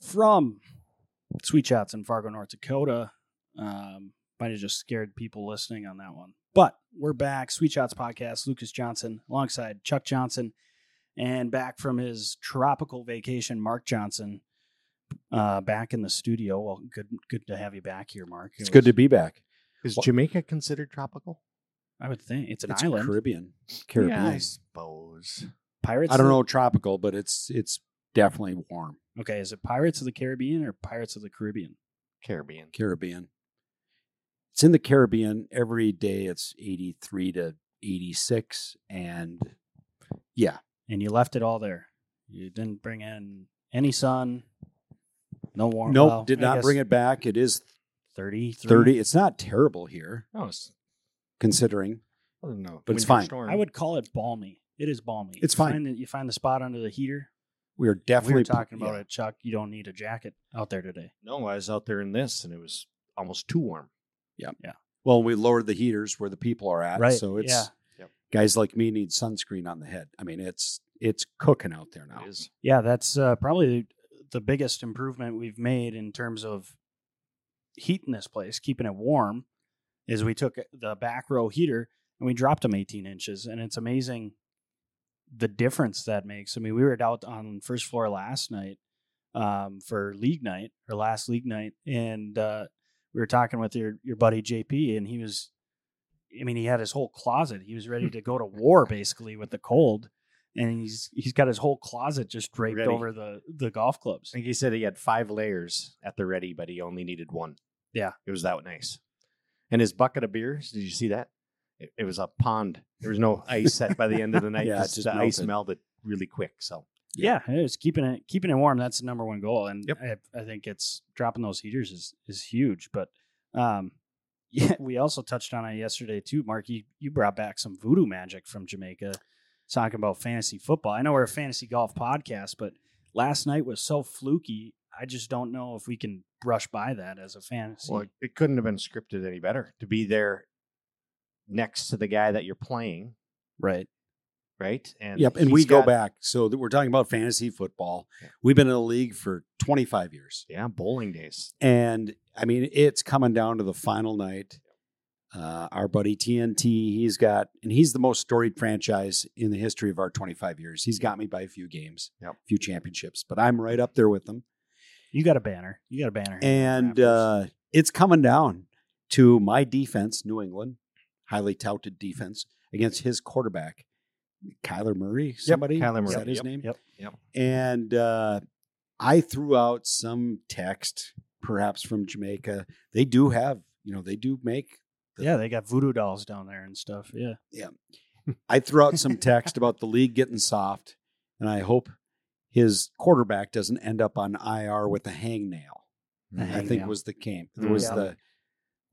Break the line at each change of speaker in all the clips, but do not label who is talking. from Sweet Shots in Fargo, North Dakota. Um, might have just scared people listening on that one. But we're back. Sweet Shots podcast. Lucas Johnson alongside Chuck Johnson, and back from his tropical vacation, Mark Johnson. Uh, back in the studio. Well, good, good to have you back here, Mark. It
It's good
was-
to be back.
Is
Well-
Jamaica considered tropical?
I would think it's an island.
Caribbean. Caribbean.
Yeah, I suppose.
Pirates.
I don't
of-
know tropical, but it's it's definitely warm.
Okay, is it Pirates of the Caribbean or Pirates of the Caribbean?
Caribbean.
Caribbean. It's in the Caribbean every day. It's 83 to 86 and yeah,
And you left it all there. You didn't bring in any sun, no warm.
nope,
well,
did
I
not
guess
bring it back. It is
30,
30. It's not terrible here
No, it's,
considering.
I don't know.
But it's
Winter
fine.
Storm.
I would call it balmy. It is balmy.
It's
You
fine.
Find that you find the spot under the heater.
We are definitely
we were talking about
yeah.
it, Chuck. You don't need a jacket out there today.
No, I was out there in this, and it was almost too warm.
Well, we lowered the heaters where the people are at,
Right,
Uh, so it's
yeah.
Yep.
guys like me need sunscreen on the head. I mean, it's it's cooking out there now.
It is.
Yeah, that's uh, probably the biggest improvement we've made in terms of heat in this place, keeping it warm, is we took the back row heater and we dropped them 18 inches. And it's amazing the difference that makes. I mean, we were out on first floor last night um, for league night or last league night. And uh, we were talking with your, your buddy JP, and he was, I mean, he had his whole closet. He was ready to go to war basically with the cold. And he's he's got his whole closet just draped
Ready.
over the, the golf clubs.
I think he said he had five layers at the ready, but he only needed one.
Yeah.
It was that nice. And his bucket of beers, did you see that? It, it was a pond. There was no ice set by the end of the night.
Yeah, it
because
just
the ice
melted.
melted really quick. So
Yeah, it's keeping it keeping it warm. That's the number one goal, and
Yep.
I, I think it's dropping those heaters is is huge. But um, yeah, we also touched on it yesterday too, Mark. You, you brought back some voodoo magic from Jamaica, talking about fantasy football. I know we're a fantasy golf podcast, but last night was so fluky. I just don't know if we can brush by that as a fantasy.
Well, it couldn't have been scripted any better to be there next to the guy that you're playing,
right?
right? And
Yep, and
he's
we go
got-
back. So that we're talking about fantasy football.
Yeah.
We've been in the league for 25 years,
Yeah, bowling days.
and I mean it's coming down to the final night. Uh, our buddy TNT, he's got, and he's the most storied franchise in the history of our 25 years. He's got me by a few games,
Yep.
a few championships, but I'm right up there with him.
You got a banner. You got a banner.
And uh, it's coming down to my defense, New England, highly touted
Mm-hmm.
defense against his quarterback, Kyler Murray. Somebody,
Kyler
is
Murray.
that his
Yep,
name?
yep,
yep.
And uh, I threw out some text, perhaps from Jamaica. They do have, you know, they do make.
yeah, they got voodoo dolls down there and stuff. Yeah,
I threw out some text about the league getting soft, and I hope his quarterback doesn't end up on IR with a hangnail. I
Hang
think
nail.
was the came
Mm.
was
Yeah.
the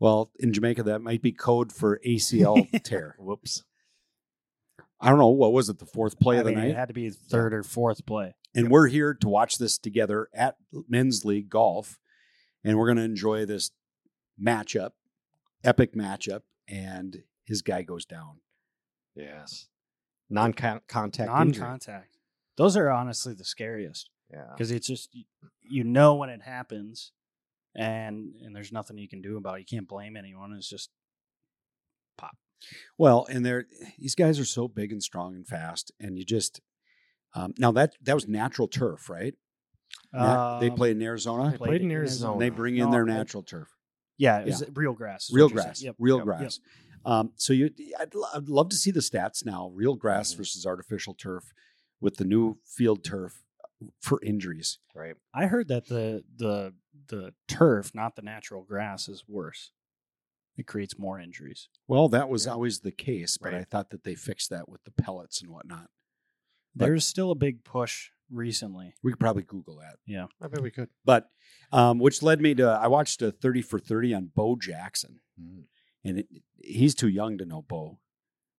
well in Jamaica that might be code for ACL tear.
Whoops.
I don't know what was it the fourth play
I
of the
mean,
night,
it had to be third or fourth play.
and we're here to watch this together at men's league golf, and we're going to enjoy this matchup, epic matchup, and his guy goes down.
Yes. Non-contact injury.
non-contact. Those are honestly the scariest
Yeah.
because it's just y- you know when it happens, and and there's nothing you can do about it. You can't blame anyone. It's just
Well, and they're these guys are so big and strong and fast, and you just um, now that that was natural turf, right? Na- they
um,
play in Arizona.
they
played in Arizona.
and they bring in
No,
their
I-
natural turf.
Yeah, it was real grass. is
real
what you're
grass,
saying. Yep.
real
Yep.
grass. Um, so you, I'd, lo- I'd love to see the stats now: real grass
Mhm.
Mm-hmm.
versus artificial turf, with the new field turf for injuries.
Right.
I heard that the the the turf, not the natural grass, is worse. It creates more injuries.
Well, that was
Yeah.
always the case, but I
Right.
thought that they fixed that with the pellets and whatnot. But-
There's still a big push recently.
We could probably Google that.
I bet we could.
But um, which led me to I watched a thirty for thirty on Bo Jackson, and it, he's too young to know Bo,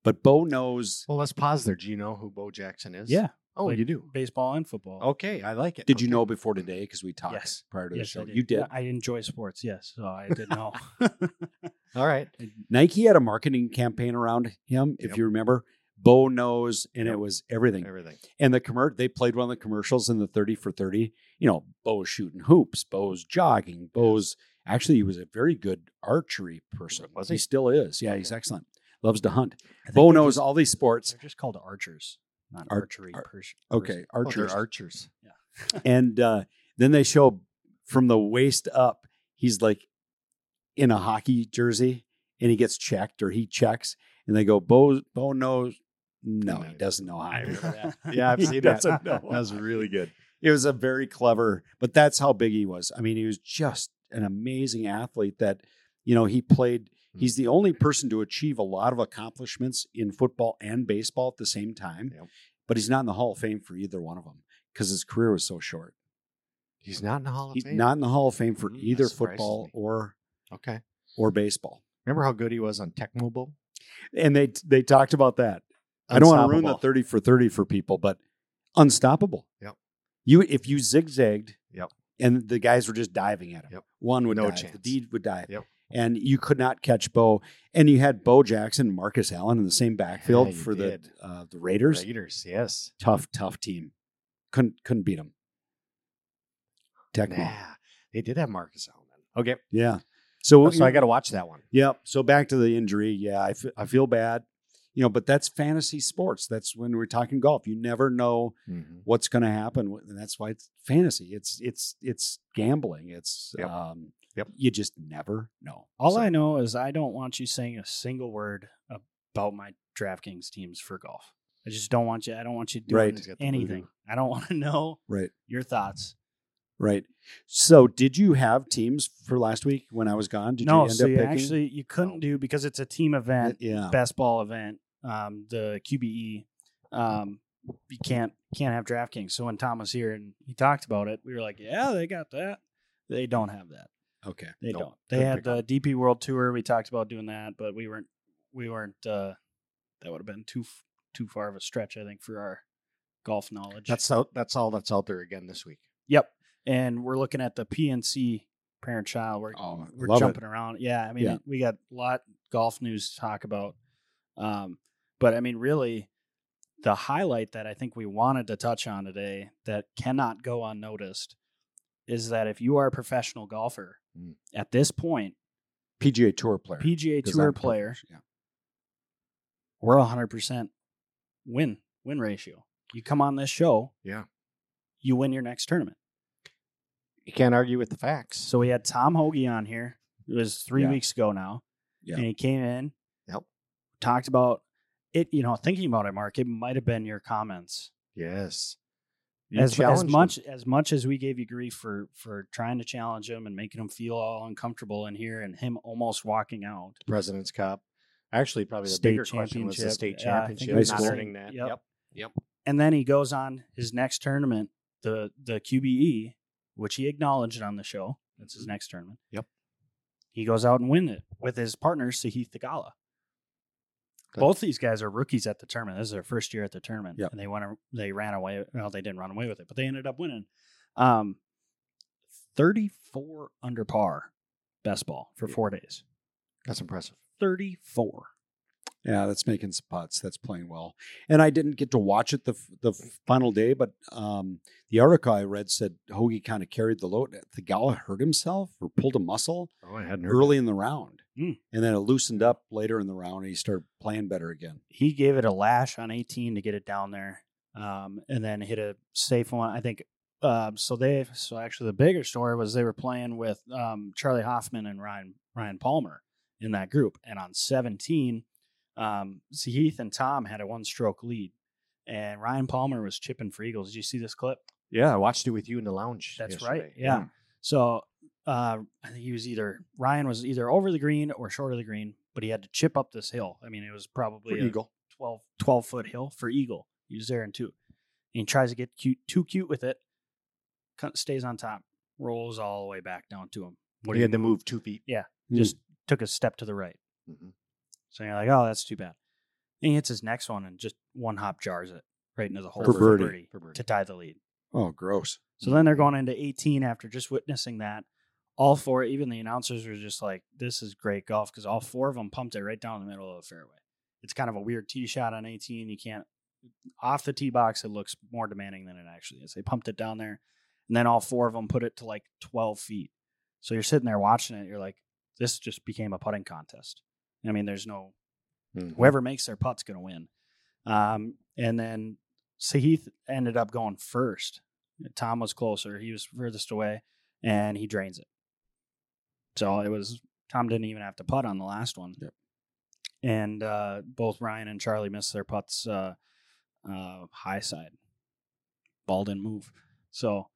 but Bo knows.
Well, let's pause there. Do you know who Bo Jackson is?
Yeah,
Oh,
Like-
you do.
baseball and football.
Okay, I like it.
Did you
Okay.
know before today? Because we talked
Yes.
prior to the
yes,
show.
I did.
You did.
Yeah, I enjoy sports. Yes, so I did know.
All right.
Nike had a marketing campaign around him, if
Yep.
you remember. bow nose, and
Yep.
it was everything.
everything.
And the commer they played one of the commercials in the 30 for 30. You know, Bo's shooting hoops, Bo's jogging, Bo's actually he was a very good archery person.
Was
he?
he?
still is. Yeah, he's excellent. Loves to hunt.
I think
Bo
they're
knows
just-
all these sports.
They're just called archers, not
Ar-
archery.
ar-
pers-
Okay,
Oh, they're
archers.
archers.
and uh, then they show from the waist up, he's like in a hockey jersey and he gets checked or he checks and they go, Bo, Bo knows. No, he doesn't know
I
hockey.
remember that.
Yeah, I've
He
seen that.
doesn't know.
That was really good.
It was a very clever, but that's how big he was. I mean, he was just an amazing athlete that, you know, he played. He's the only person to achieve a lot of accomplishments in football and baseball at the same time,
Yep.
but he's not in the Hall of Fame for either one of them because his career was so short.
He's not in the Hall of
He's
Fame.
not in the Hall of Fame for
Mm, that
either
surprises
football
me.
or
Okay.
or baseball.
Remember how good he was on Tech Mobile?
And they they talked about that. I don't want to ruin the
Unstoppable.
thirty for thirty for people, but unstoppable.
Yep.
You if you zigzagged.
Yep.
And the guys were just diving at him.
Yep.
One would
No
dive.
chance.
The deed would dive.
Yep.
And you could not catch Bo. And you had Bo Jackson, and Marcus Allen in the same backfield
Yeah, you
for
did.
the uh, the Raiders.
Raiders, yes.
Tough, tough team. Couldn't couldn't beat them. Tech.
Nah, they did have Marcus Allen. Okay,
Yeah. So,
so I got to watch that one.
Yep. So back to the injury. Yeah, I, f- I feel bad, you know, but that's fantasy sports. That's when we're talking golf. You never know what's going to happen, and that's why it's fantasy. It's it's it's gambling. It's
Yep.
um,
Yep.
You just never know.
All
So-
I know is I don't want you saying a single word about my DraftKings teams for golf. I just don't want you. I don't want you doing
Right.
He's got the
anything. I don't want to know
right,
your thoughts.
right. So did you have teams for last week when I was gone? Did you
no,
end
so
up
you
picking?
actually you couldn't do because it's a team event,
yeah,
best ball event, um, the QBE. Um, you can't can't have DraftKings. So when Tom was here and he talked about it, we were like, yeah, they got that. They don't have that.
okay.
They
Nope.
don't. They
Couldn't
had
pick
the DP World Tour. We talked about doing that, but we weren't. We weren't. uh That would have been too f- too far of a stretch, I think, for our golf knowledge.
That's out. That's all that's out there again this week.
yep. And we're looking at the PNC parent child. We're
Oh,
we're
love
jumping around. Yeah, I mean,
Yeah.
we got a lot golf news to talk about. Um, but I mean, really, the highlight that I think we wanted to touch on today that cannot go unnoticed is that if you are a professional golfer
Hmm.
Mm.
at this point,
it. PGA Tour player.
PGA
'Cause
Tour
I'm-
player,
Yeah.
we're 100% win win ratio. You come on this show,
Yeah.
you win your next tournament.
You can't argue with the facts.
So we had Tom Hoagie on here. It was three
Yeah.
weeks ago now,
Yeah.
and he came in,
Yep.
talked about it. You know, thinking about it, Mark, it might have been your comments
yes, You
as, as
challenged them.
much as much as we gave you grief for for trying to challenge him and making him feel all uncomfortable in here, and him almost walking out.
President's Cup. Actually, probably the
State
bigger question was the
championship.
state
Yeah, I think
championship.
it was
not
the
earning
same.
that.
Yep.
Yep.
and then he goes on his next tournament, the the QBE, which he acknowledged on the show. That's his next tournament.
Yep.
He goes out and wins it with his partner Sahith Tagala.
Good.
Both these guys are rookies at the tournament. This is their first year at the tournament,
Yep.
and they went. They ran away. Well, they didn't run away with it, but they ended up winning. Um, thirty-four under par, best ball for four days.
That's impressive.
Thirty-four.
Yeah, that's making some putts. That's playing well. And I didn't get to watch it the f- the f- final day, but um, the article I read said Hoagie kind of carried the load. The Gala hurt himself or pulled a muscle
Oh, I hadn't
early in the round,
Mm.
and then it loosened up later in the round, and he started playing better again.
he gave it a lash on 18 to get it down there um, and then hit a safe one i think um, so they so actually the bigger story was they were playing with um, charlie hoffman and ryan ryan palmer in that group and on 17 um, so heath and tom had a one stroke lead and ryan palmer was chipping for eagles did you see this clip
Yeah, I watched it with you in the lounge.
That's
yesterday.
right, yeah. so uh, I think he was either Ryan was either over the green or short of the green, but he had to chip up this hill. I mean, it was probably a
For Eagle.
12, 12 foot hill for Eagle. He was there in two. And he tries to get cute, too cute with it, cut- stays on top, rolls all the way back down to him. What do
he
you
had to move two feet.
just took a step to the right.
Mhm.
So you're like, oh, that's too bad. And he hits his next one and just one hop jars it right into the hole
For
for,
birdie.
birdie
For birdie.
to tie the lead.
Oh, gross!
So then they're going into 18 after just witnessing that. All four, even the announcers were just like, this is great golf because all four of them pumped it right down the middle of the fairway. It's kind of a weird tee shot on 18. You can't off the tee box. It looks more demanding than it actually is. They pumped it down there, and then all four of them put it to like 12 feet. So you're sitting there watching it. You're like, this just became a putting contest. I mean, there's no
Mm-hmm.
whoever makes their putt's going to win. Um, and then Sahith ended up going first. Tom was closer. He was furthest away, and he drains it. So it was Tom didn't even have to putt on the last one.
Yep.
And uh, both Ryan and Charlie missed their putts uh, uh, high side. Ball didn't move. So,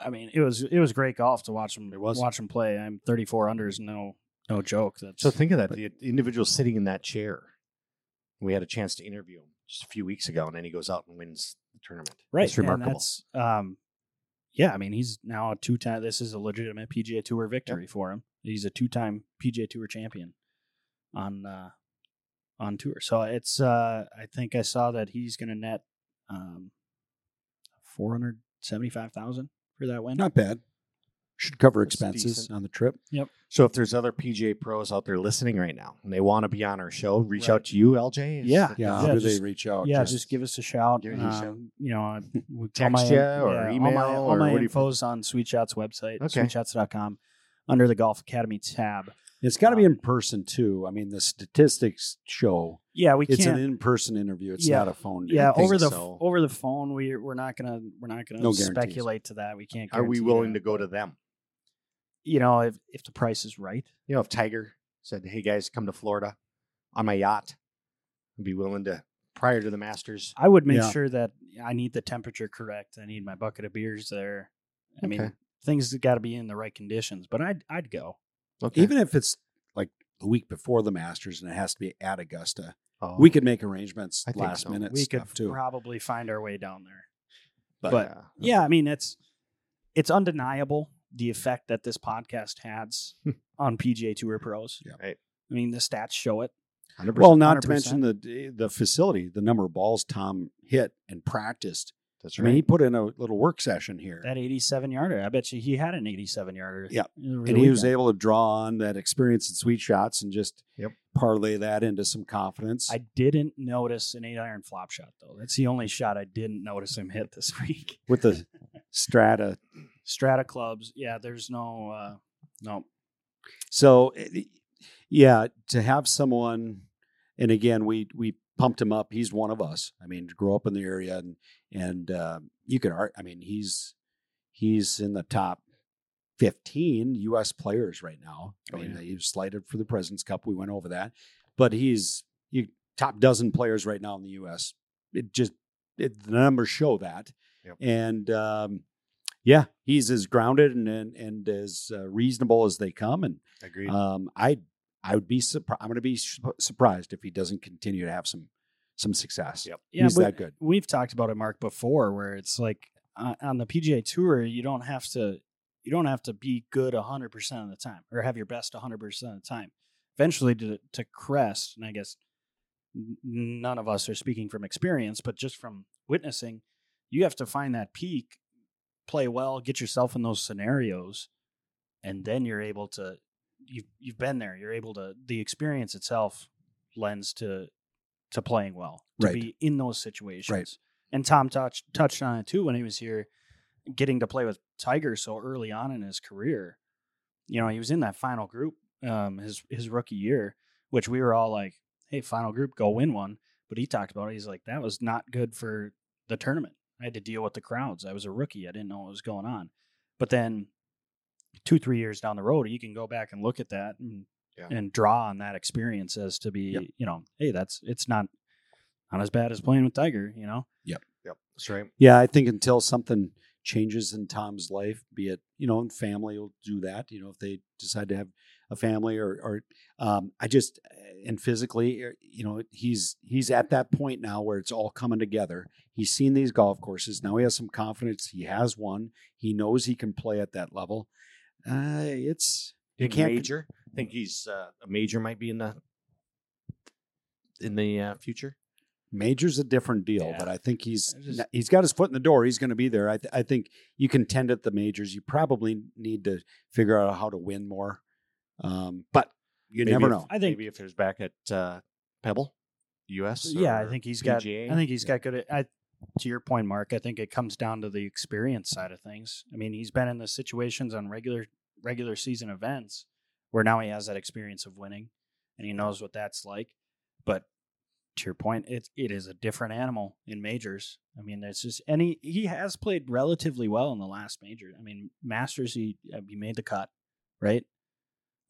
I mean, it was it was great golf to watch them
It was.
watch them play. I'm 34 under is no no joke. That's
So think of that. The individual sitting in that chair. We had a chance to interview him just a few weeks ago, and then he goes out and wins the tournament.
right.
It's remarkable.
And that's, um, yeah, I mean, he's now a two-time. This is a legitimate PGA Tour victory for him. He's a two-time PGA Tour champion on uh, on tour. So it's. Uh, I think I saw that he's going to net um, four hundred seventy-five thousand for that win.
Not bad. Should cover
That's
expenses
decent.
on the trip.
So if there's other PGA pros out there listening right now and they want to be on our show, reach
Right.
out to you, LJ. Is
Yeah.
that-
Yeah,
Uh, Yeah,
how do
just-
they reach out?
yeah, just give us a shout.
Give us a
Uh,
shout.
You know, I- we-
Text
all my,
ya or
all my,
email
all
or
my
what do you-
info's on Sweet Shots website,
Okay.
sweetshots.com, under the Golf Academy tab.
It's got to
uh,
be in person too. I mean, the statistics show
Yeah, we
it's
can't.
an in-person interview. It's
Yeah.
not a phone.
yeah,
interview.
over the
so.
over the phone, we we're not gonna we're not gonna
No guarantees.
speculate to that. We can't.
Are we
guarantee
willing
that.
to go to them?
You know, if if the price is right,
You know, if Tiger said, "Hey guys, come to Florida on my yacht," I'd be willing to prior to the Masters.
I would make
Yeah.
sure that I need the temperature correct. I need my bucket of beers there. I mean,
Okay.
things got to be in the right conditions. But I'd I'd go.
Okay.
even if it's like the week before the Masters and it has to be at Augusta,
Oh,
Oh.
we could make arrangements
I think
last
so.
minute
we
stuff
could
too.
probably find our way down there.
but,
but-
uh,
Yeah, I mean it's it's undeniable the effect that this podcast has on PGA Tour pros.
Hmm. Yeah.
Right.
I mean the stats show it.
100%.
well, not
100%.
to mention the the facility, the number of balls Tom hit and practiced.
that's
I mean, he put in a little work session here,
That 87 yarder. I bet you he had an 87 yarder.
Yeah.
over the
and he was
weekend.
able to draw on that experience in sweet shots and just
Yep.
parlay that into some confidence.
I didn't notice an eight iron flop shot though. That's the only shot I didn't notice him hit this week.
with the strata.
Strata clubs, yeah. There's no, uh, no.
So, it- yeah, to have someone, and again, we we pumped him up. He's one of us. I mean, to grow up in the area, and and uh, you could, ar- I mean, he's he's in the top fifteen U.S. players right now. I
Oh,
mean,
yeah.
he was slighted for the Presidents Cup. We went over that, but he's you top dozen players right now in the U.S. It just it, the numbers show that,
Yep.
and um, yeah, he's as grounded and and, and as uh, reasonable as they come. And
agreed.
um, I I would be surprised. I'm going to be su- surprised if he doesn't continue to have some some success.
Yep.
Yeah,
he's
but
that good.
we've talked about it, Mark, before, where it's like uh, on the PGA Tour, you don't have to, you don't have to be good 100 percent of the time or have your best 100 percent of the time. Eventually, to to crest, and I guess n- none of us are speaking from experience, but just from witnessing, you have to find that peak, play well, get yourself in those scenarios, and then you're able to. You've you've been there. You're able to. The experience itself lends to to playing well to
Right.
be in those situations. And Tom touched touched on it too when he was here, getting to play with Tiger so early on in his career. You know, he was in that final group um, his his rookie year, which we were all like, "Hey, final group, go win one." But he talked about it. He's like, "That was not good for the tournament. I had to deal with the crowds. I was a rookie. I didn't know what was going on." But then, two three years down the road, you can go back and look at that and
Yeah.
and draw on that experience as to be,
Yep.
you know, hey, that's it's not not as bad as playing with Tiger. You know,
yep, that's right.
Yeah, I think until something changes in Tom's life, be it you know, and family will do that. You know, if they decide to have a family or or um, I just and physically, eh, you know, he's he's at that point now where it's all coming together. He's seen these golf courses now. He has some confidence. He has one. He knows he can play at that level. Uh, it's
Big
can't-
major. I think he's uh, a major might be in the in the uh, future.
Major's a different deal,
Yeah.
but I think he's
I just-
n- he's got his foot in the door. He's going to be there. I, th- I think you can tend at the majors. You probably need to figure out how to win more, um, but you
Maybe
never
if-
know.
I think-
maybe if there's back at uh, Pebble, U.S.
yeah, I
or
think he's got.
PGA?
I think he's
Yeah.
got good. I, to your point, Mark, I think it comes down to the experience side of things. I mean, he's been in the situations on regular regular season events where now he has that experience of winning, and he knows what that's like. But to your point, it it is a different animal in majors. I mean, there's just and he he has played relatively well in the last major. I mean, Masters he uh, he made the cut, right?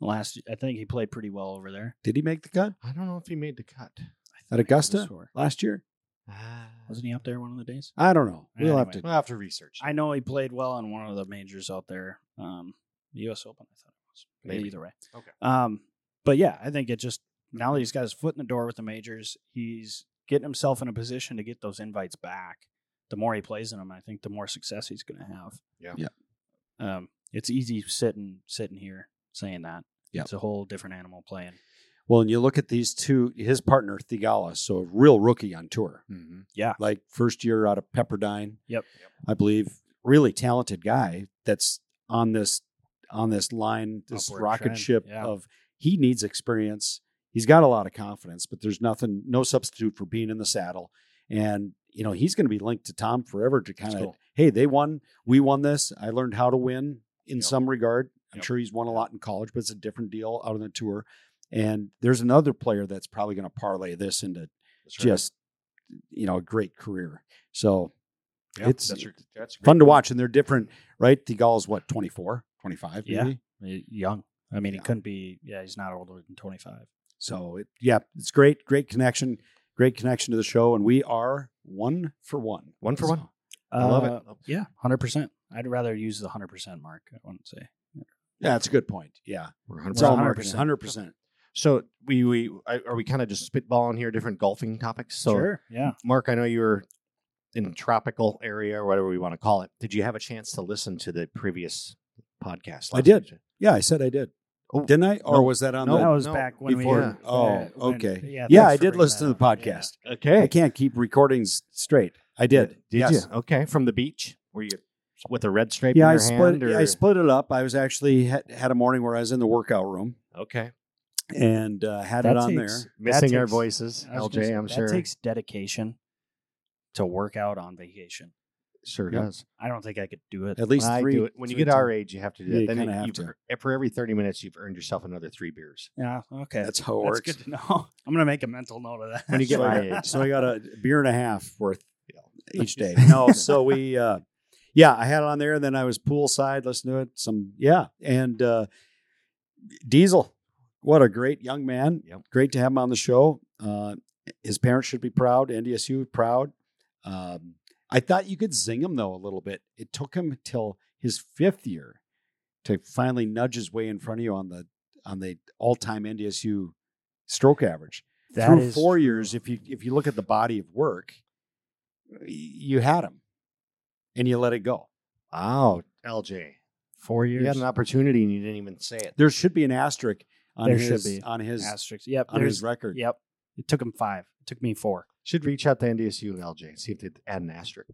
Last, I think he played pretty well over there.
Did he make the cut
I don't know if he made the cut.
I
at
think it was
Augusta
or-
last year?
Ah.
Wasn't he up there one of the days?
I don't know. We'll have
Anyway.
to.
We'll have to research.
I know he played well on one of the majors out there, um, the U.S. Open. I thought it was
Maybe.
either way.
Okay.
Um, but yeah, I think it just now that he's got his foot in the door with the majors, he's getting himself in a position to get those invites back. The more he plays in them, I think the more success he's going to have.
Yeah.
Yeah.
Um, it's easy sitting sitting here saying that.
Yeah.
It's a whole different animal playing.
Well, and you look at these two, his partner Thigala, so a real rookie on tour,
Mm-hmm.
like first year out of Pepperdine.
Yep.
Yep.
I believe really talented guy that's on this on this line, this
Upward
rocket
trend,
ship
yeah.
of he needs experience. He's got a lot of confidence, but there's nothing, no substitute for being in the saddle. And you know he's going to be linked to Tom forever to kind of,
cool.
hey, they won, we won this. I learned how to win in
Yep.
some regard. I'm
Yep.
sure he's won a lot in college, but it's a different deal out on the tour. And there's another player that's probably going to parlay this into just, you know, a great career. So it's-
that's, a- that's a
fun
great
to
point.
watch and they're different right the is what 24 25
Yeah.
maybe?
Y- eh, Young. I mean,
Yeah.
he couldn't be. Yeah, he's not older than twenty five.
so it, yeah it's great great connection great connection to the show and we are one for one
One for one.
I
love it.
Uh, Yeah, hundred percent. I'd rather use the hundred percent mark. I wouldn't say.
yeah that's a good point yeah
We're 100%.
it's
Well,
all marketing
100%.
100%
So we we I- are we kind of just spitballing here different golfing topics. So
Yeah.
Mark, I know you were in a tropical area or whatever we want to call it. Did you have a chance to listen to the previous podcast?
I
last
did.
week?
yeah i said i did
Oh,
didn't i or
No.
was that on
No,
the
that was
no,
back when
before-
we.
yeah.
oh
when-
okay yeah,
thanks
i
for
did
bringing
listen to the
that up. Yeah.
podcast i
Okay.
can't keep recordings straight i did
Did
yes.
you? Okay. From the beach? Were you with a red stripe
yeah
in
i
your
split
hand? Or?
i split it up i was actually had, had a morning where i was in the workout room
Okay.
and uh, had
That
it on
takes-
there
Missing
that
our
takes-
voices,
I was
LJ,
gonna say,
I'm
that
sure.
takes dedication to work out on vacation.
sure
Yeah.
does.
I don't think I could do it.
at least
When I
three
do it- When you
three
get our
times.
age, you have to do
Yeah,
that.
you
then
kinda have
you've, uh, eh,
to.
For every 30 minutes, you've earned yourself another three beers.
Yeah. Okay.
that's how it
That's
works
good to know. I'm gonna make a mental note of that.
When you get
so,
my
I
age.
got, so I got a beer and a half worth each day.
Yeah.
No, so we, uh, yeah, I had it on there, and then I was poolside listening to it. Some, yeah, and uh, Diesel, what a great young man.
Yep.
Great to have him on the show. Uh, his parents should be proud. NDSU proud. Um, I thought you could zing him though a little bit. It took him till his fifth year to finally nudge his way in front of you on the on the all time NDSU stroke average
That
through
is
four
true.
years, if you if you look at the body of work, y- you had him, and you let it go.
Wow, LJ.
Four
You had
years.
an opportunity and you didn't even say it.
There should be an asterisk on
There should
his
be.
on his
Asterisks. Yep.
on his
there's-
record.
Yep. It took him five. It took me four.
Should reach out to NDSU and LJ and see if they'd add an asterisk.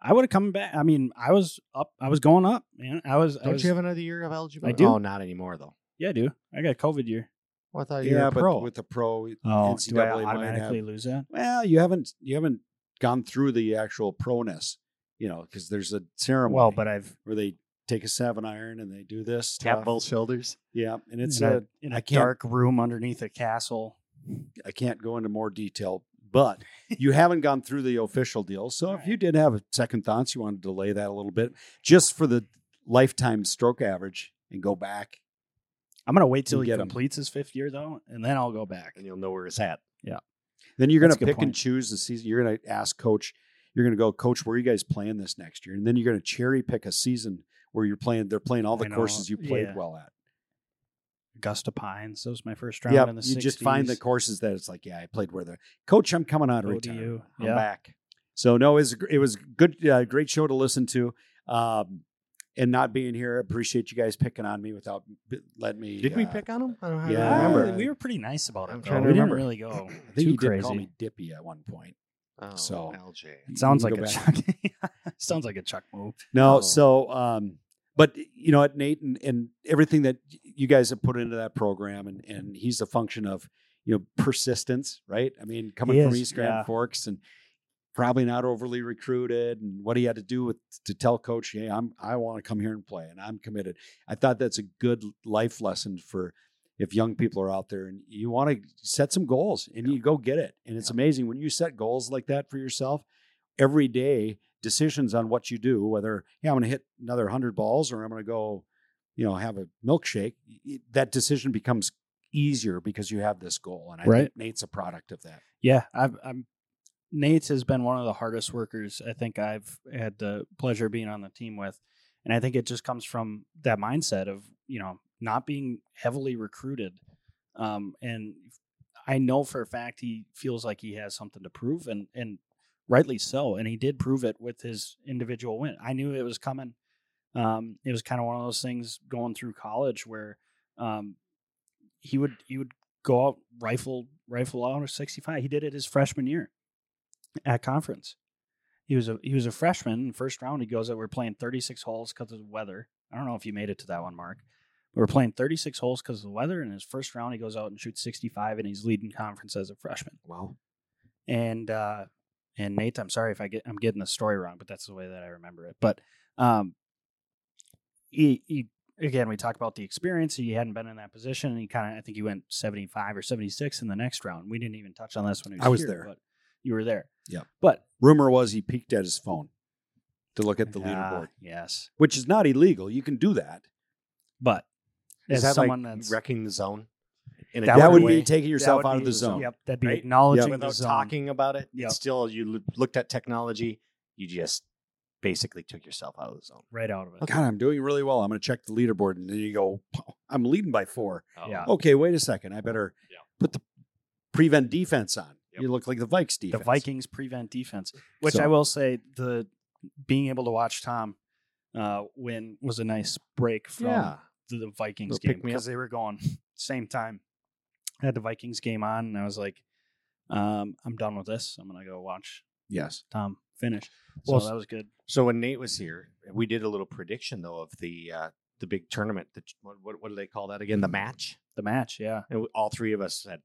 I would have come back. I mean, I was up. I was going up, man. I was. I
Don't
was,
you have another year of eligibility?
I do.
Oh, not anymore though.
Yeah, I do. I got a COVID year.
Well, I thought you were
Yeah,
a
but
pro.
with the pro,
Oh, do I
NCAA might
automatically
have.
lose that?
Well, you haven't you haven't gone through the actual proness, you know, because there's a ceremony
Well, but I've
where they take a seven iron and they do this
Tap
stuff.
both shoulders.
Yeah, and it's
in
a
a, in a
I can't-
dark room underneath a castle.
I can't go into more detail, but you haven't gone through the official deal. So if you did have second thoughts, you want to delay that a little bit just for the lifetime stroke average and go back.
I'm gonna wait till
You
he
get 'em.
completes his fifth year though, and then I'll go back.
And you'll know where it's at.
Then you're going
That's
to
a good
pick and
point.
choose the season. You're going to ask coach, you're going to go, coach, where are you guys playing this next year? And then you're going to cherry pick a season where you're playing, they're playing all the
I know.
courses you played
Yeah.
well at.
Augusta Pines. That was my first round
Yeah.
in the
You just find the
60s.
courses that it's like, yeah, I played where the coach, I'm coming
Oh,
out of retirement.
ODU.
I'm
Yeah.
back. So no, it was, it was good, uh, great show to listen to. Um, and not being here, I appreciate you guys picking on me without b- letting me.
Did we
uh,
pick on him? I don't
Yeah.
Ah,
remember.
we were pretty nice about it.
I'm
though.
trying to
we
remember.
didn't really go.
I think
too
you did call
crazy.
me Dippy at one point.
Oh,
So-
LJ.
It sounds
You
like
can
a
go
Chuck. E. sounds like a Chuck move.
No,
Oh.
so um, but you know, what, Nate and, and everything that y- you guys have put into that program, and and he's a function of you know, persistence, right? I mean, coming
He
from
is,
East Grand
yeah.
Forks and probably not overly recruited and what he had to do with to tell coach, hey, I'm I want to come here and play and I'm committed. I thought that's a good life lesson for if young people are out there and you want to set some goals and you go get it. And it's amazing when you set goals like that for yourself every day, decisions on what you do, whether, yeah, I'm going to hit another 100 balls or I'm going to go, you know, have a milkshake, y- that decision becomes easier because you have this goal. And I
Right.
think Nate's a product of that.
Yeah, I've, I'm. Nate's has been one of the hardest workers I think I've had the pleasure of being on the team with, and I think it just comes from that mindset of you know not being heavily recruited, um, and I know for a fact he feels like he has something to prove, and and rightly so, and he did prove it with his individual win. I knew it was coming. Um, it was kind of one of those things going through college where um, he would he would go out rifle rifle out of 65 he did it his freshman year at conference he was a he was a freshman first round he goes out we're playing 36 holes because of the weather i don't know if you made it to that one mark we were playing 36 holes because of the weather and his first round he goes out and shoots 65 and he's leading conference as a freshman
Wow.
and uh and Nate, I'm sorry if I get I'm getting the story wrong, but that's the way that I remember it. But um he, he again we talk about the experience. He hadn't been in that position and he kinda I think he went seventy five or seventy six in the next round. We didn't even touch on this when he was
I was
here,
there.
but you were there.
Yep.
But
Rumor was he peeked at his phone to look at the
Ah,
leaderboard,
yes.
which is not illegal. You can do that.
But
Is
as
that
someone
like
that's
wrecking the zone? In a
That
That,
would
would
different
be
be-
taking
that
yourself
would
out
be-
of the zone.
Yep, that'd be
right?
acknowledging
Yep.
the
without
zone.
talking about it.
Yep.
It's still you l- looked at technology, you just basically took yourself out of the zone.
right out of it.
God, I'm doing really well. I'm going to check the leaderboard. And then you go, "Pow, I'm leading by four.
Yeah.
Oh,
Okay, wait a second. I better
Yeah.
put the prevent defense on.
Yep.
You look like the Vikes
the
defense.
Vikings prevent defense, which
So-
I will say the being able to watch Tom uh, win was a nice break from
Yeah.
the, the Vikings
Little
game
pick me
because they were going same time. I had the Vikings game on, and I was like, um, "I'm done with this. I'm gonna go watch
Yes.
Tom finish." So
Well,
that was good.
So when Nate was here, we did a little prediction though of the uh, the big tournament. The, what, what what do they call that again? The match.
The match, yeah.
And we, all three of us said,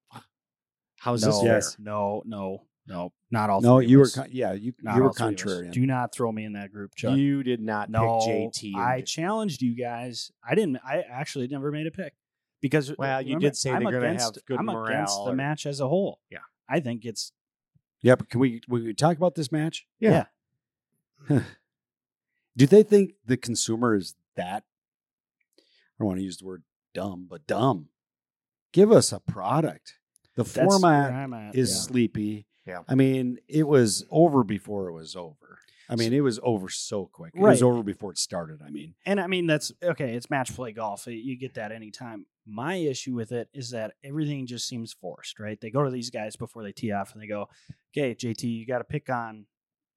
"How's
no,
this fair?"
Yes.
no, no, no, not all.
No,
three of
you were,
us.
con- yeah, you,
Not
you were
all three of us.
contrarian.
Do not throw me in that group, Chuck.
You did not
no,
pick JT. and-
I challenged you guys. I didn't. I actually never made a pick because. uh,
Well, you
remember,
did say
I'm
they're gonna have
against-
good
I'm against
morale
the
or-
match as a whole.
Yeah.
I think it's
Yep. Can we, we talk about this match?
Yeah.
do they think the consumer is that? I don't want to use the word dumb, but dumb. Give us a product. The
that's
format
where I'm at.
is
Yeah.
sleepy.
Yeah.
I mean, it was over before it was over. I mean, it was over so quick. It was
Right.
over before it started. I mean,
and I mean that's okay. It's match play golf. You get that anytime. My issue with it is that everything just seems forced, right? They go to these guys before they tee off and they go, "Okay, JT, you got to pick on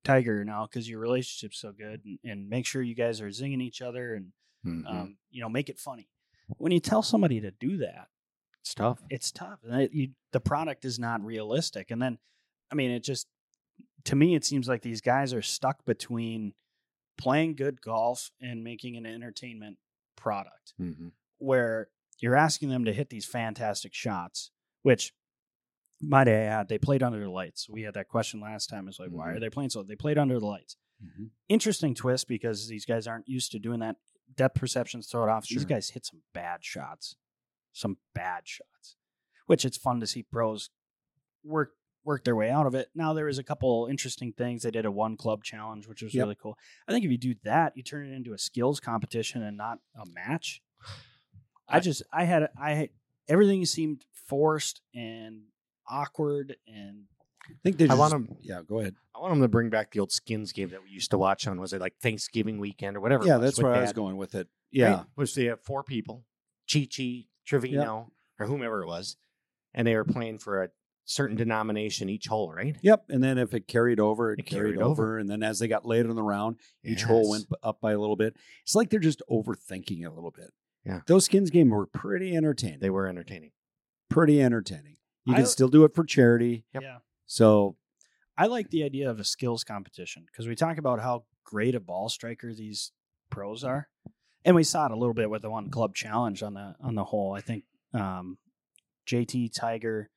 Tiger now because your relationship's so good, and, and make sure you guys are zinging each other and
Mm-hmm.
Uh,
um, you know make it funny." When you tell somebody to do that,
it's tough.
it's tough. And it, you, the product is not realistic. And then, I mean, it just to me, it seems like these guys are stuck between playing good golf and making an entertainment product,
Mm-hmm.
where you're asking them to hit these fantastic shots, which. Might I add, they played under the lights. We had that question last time. It's like, why
Mhm.
Mm-hmm.
are they playing so? They played under the lights. Interesting twist because these guys aren't used to doing that. Depth perception's thrown off. These
Sure.
guys hit some bad shots, some bad shots, which it's fun to see pros work work their way out of it. Now there was a couple interesting things. They did a one club challenge, which was
Yep.
really cool. I think if you do that, you turn it into a skills competition and not a match. I,
I-
just I had I had, everything seemed forced and awkward and
I think they
I
just,
want them.
yeah, go ahead.
I want them to bring back the old skins game that we used to watch on. Was it like Thanksgiving weekend or whatever? it
Yeah,
was
that's
with
where I was
Dad,
going with it.
right?
Yeah.
was they have four people, Chi Chi, Trevino, or whomever it was, and they were playing for a certain denomination each hole, right?
Yep. And then if it carried over, it,
It
carried,
carried
over. And then as they got later in the round, each hole went b- up by a little bit. It's like they're just overthinking it a little bit.
Yeah.
Those skins game were pretty entertaining.
They were entertaining.
pretty entertaining. You can
I-
still do it for charity.
Yep.
yeah.
So
I like the idea of a skills competition because we talk about how great a ball striker these pros are, and we saw it a little bit with the one club challenge on the on the whole. I think um, JT Tiger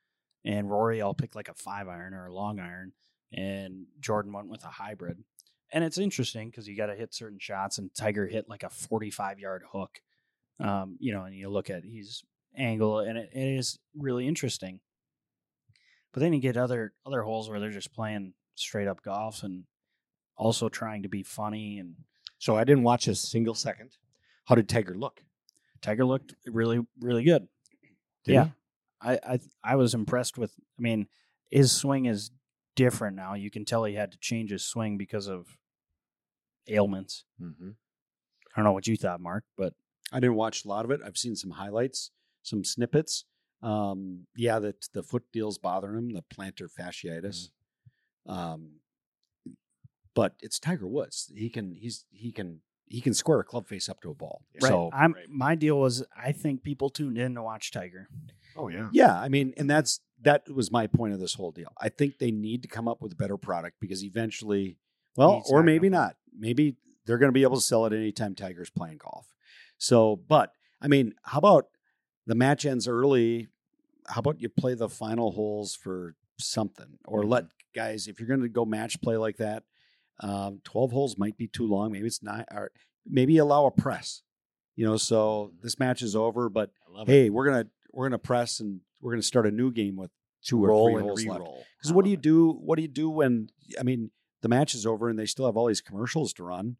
and Rory all picked like a five iron or a long iron, and Jordan went with a hybrid. And it's interesting because you got to hit certain shots, and Tiger hit like a 45 yard hook. Um, you know, and you look at his angle, and it, it is really interesting. But then you get other other holes where they're just playing straight up golf and also trying to be funny. And
So I didn't watch a single second. How did Tiger look?
Tiger looked really really good.
Did
Yeah.
he?
I, I I was impressed with. I mean, his swing is different now. You can tell he had to change his swing because of ailments.
Mm-hmm.
I don't know what you thought, Mark, but
I didn't watch a lot of it. I've seen some highlights, some snippets. Um, yeah, that the foot deals bother him, the plantar fasciitis. Um, but it's Tiger Woods. He can he's he can he can square a club face up to a ball.
Right.
So
I'm
Right.
my deal was I think people tuned in to watch Tiger.
Oh yeah.
yeah, I mean, and that's that was my point of this whole deal. I think they need to come up with a better product because eventually, well,
He's not
or
gonna
maybe
play.
not. Maybe they're going to be able to sell it anytime Tiger's playing golf. So, but I mean, how about the match ends early? How about you play the final holes for something, or let guys if you're going to go match play like that? Um, Twelve holes might be too long. Maybe it's nine, or maybe allow a press. You know, so this match is over, but
I love
hey, we're gonna we're gonna press and we're gonna start a new game with two or
Roll
three
and
holes left.
re-roll.
Because
I
what do
love
you
it.
do? What do you do when I mean the match is over and they still have all these commercials to run,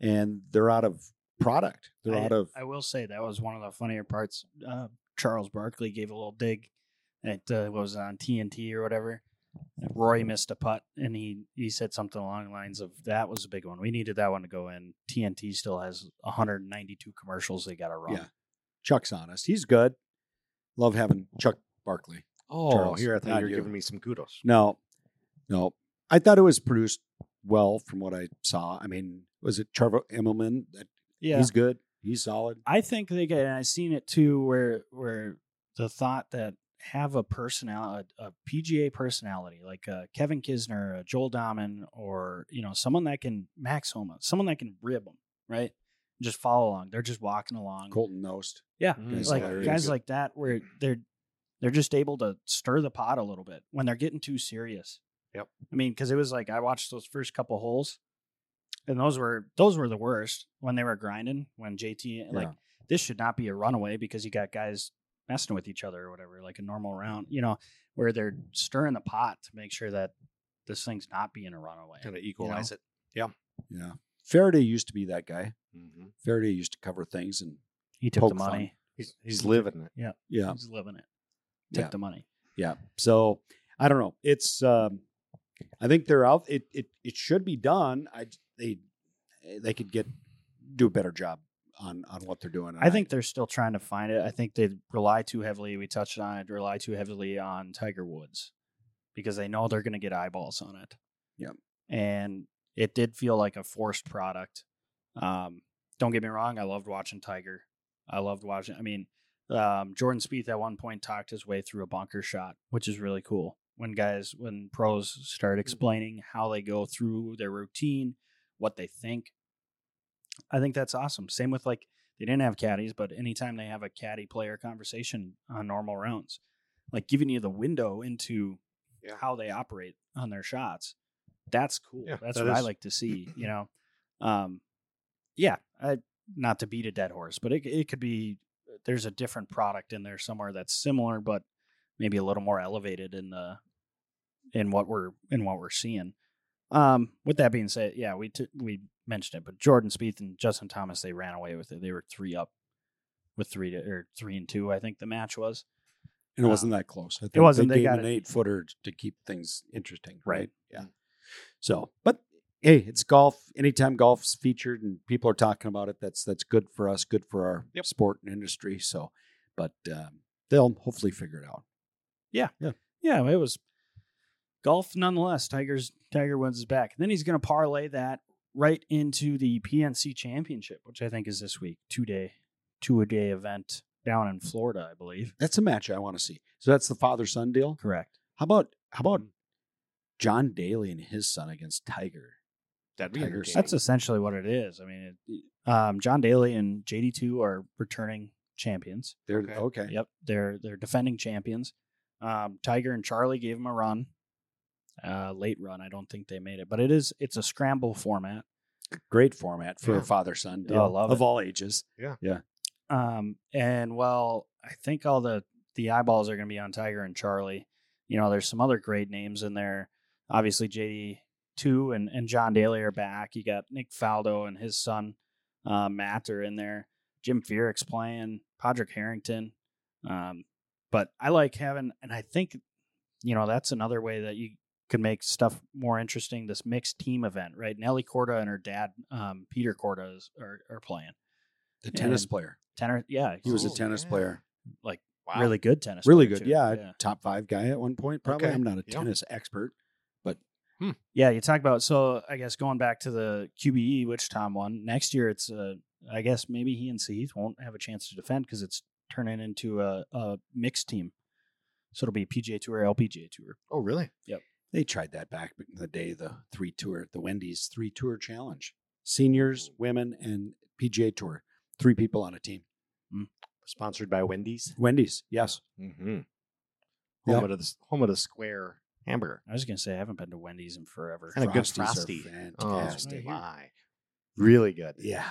and they're out of product. They're
I-
out of
I will say that was one of the funnier parts. Uh, Charles Barkley gave a little dig at uh, what was it, on TNT or whatever. Rory missed a putt, and he he said something along the lines of that was a big one. We needed that one to go in. TNT still has 192 commercials they got to run.
Yeah. Chuck's honest. He's good. Love having Chuck Barkley.
Oh,
Charles,
here I thought
not
you were
you.
giving me some kudos.
No, no. I thought it was produced well from what I saw. I mean, was it Trevor Immelman? That-
Yeah,
He's good. He's solid.
I think they get, and I've seen it too, where where the thought that have a personality, a, a PGA personality, like uh, Kevin Kisner, uh, Joel Dahman, or you know someone that can Max Homa, someone that can rib them, right? Just follow along. They're just walking along.
Colton Nost.
Yeah,
Mm,
like
hilarious.
guys like that, where they're they're just able to stir the pot a little bit when they're getting too serious.
Yep.
I mean, because it was like I watched those first couple holes, and those were those were the worst when they were grinding. When JT like
Yeah.
this should not be a runaway because you got guys messing with each other or whatever, like a normal round, you know, where they're stirring the pot to make sure that this thing's not being a runaway.
kind of equalize it.
Yeah. Faraday used to be that guy.
Mhm.
Faraday used to cover things and
He took the
Poke fun.
money.
He's he's living it.
yeah,
He's living it. Took
Yeah.
the money.
yeah. So I don't know. It's um I think they're out it it it should be done. I j- they they could get do a better job on on what they're doing. And
I think they're still trying to find it. I think they rely too heavily. We touched on it. Rely too heavily on Tiger Woods because they know they're going to get eyeballs on it.
Yep.
And it did feel like a forced product. Um, don't get me wrong. I loved watching Tiger. I loved watching. I mean, um, Jordan Spieth at one point talked his way through a bunker shot, which is really cool. When guys, when pros start explaining how they go through their routine, what they think, I think that's awesome. Same with like they didn't have caddies, but anytime they have a caddy player conversation on normal rounds, like giving you the window into
Yeah.
how they operate on their shots, that's cool.
Yeah,
that's
that
what I
is.
like to see. You know, um, yeah. I, not to beat a dead horse, but it it could be uh, there's a different product in there somewhere that's similar, but maybe a little more elevated in the in what we're in what we're seeing. Um, with that being said, yeah, we t- we mentioned it, but Jordan Spieth and Justin Thomas they ran away with it. They were three up with three to or three and two. I think the match was
and it wasn't that close. I think
wasn't.
They,
They
gave
got
an
uh, it.
eight footer to keep things interesting. Right.
Right.
Yeah. So, but hey, it's golf. Anytime golf's featured and people are talking about it, that's that's good for us. Good for our
Yep.
sport and industry. So, but um, they'll hopefully figure it out.
yeah, it was golf nonetheless. Tiger's Tiger Woods is back. Then he's going to parlay that right into the PNC Championship, which I think is this week, two day, two a day event down in Florida, I believe.
That's a match I want to see. So that's the father son deal.
Correct.
How about how about
Mm.
John Daly and his son against Tiger?
That'd be
Tigers.
entertaining.
That's essentially what it is. I mean, it, um, John Daly and JD two are returning champions.
They're
Okay.
okay.
Yep, they're they're defending champions. Um, Tiger and Charlie gave him a run, uh, late run. I don't think they made it, but it is it's a scramble format.
Great format for
Yeah.
a father son
Oh,
deal
love
of
it.
all ages.
Um, and while I think all the the eyeballs are going to be on Tiger and Charlie, you know, there's some other great names in there. Obviously, JD two and and John Daly are back. You got Nick Faldo and his son uh, Matt are in there. Jim Furyk's playing. Padraig Harrington. Um, but I like having, and I think, you know, that's another way that you could make stuff more interesting. This mixed team event, right? Nellie Corda and her dad, um, Peter Corda, is, are, are playing.
The tennis
And-
player.
Tenor, yeah,
He was a
Oh,
tennis
yeah.
player.
Wow.
really good tennis.
Really
player,
good.
too.
Yeah,
yeah,
Top five guy at one point, probably.
Okay.
I'm not a
Yeah.
tennis expert.
Yeah, You talk about so I guess going back to the QBE, which Tom won next year. It's uh, I guess maybe he and Heath won't have a chance to defend because it's turning into a, a mixed team. So it'll be PGA Tour, LPGA Tour.
Oh, really?
They tried that back in the day, the three tour, the Wendy's three tour challenge. Seniors, women, and PGA Tour. Three people on a team.
Sponsored by Wendy's.
Wendy's, yes.
Mm-hmm.
Yeah.
Home of the s- home of the square hamburger
I was gonna say I haven't been to Wendy's in forever.
and a good
Frosties
frosty.
are
Oh
fantastic.
my, really good.
Yeah.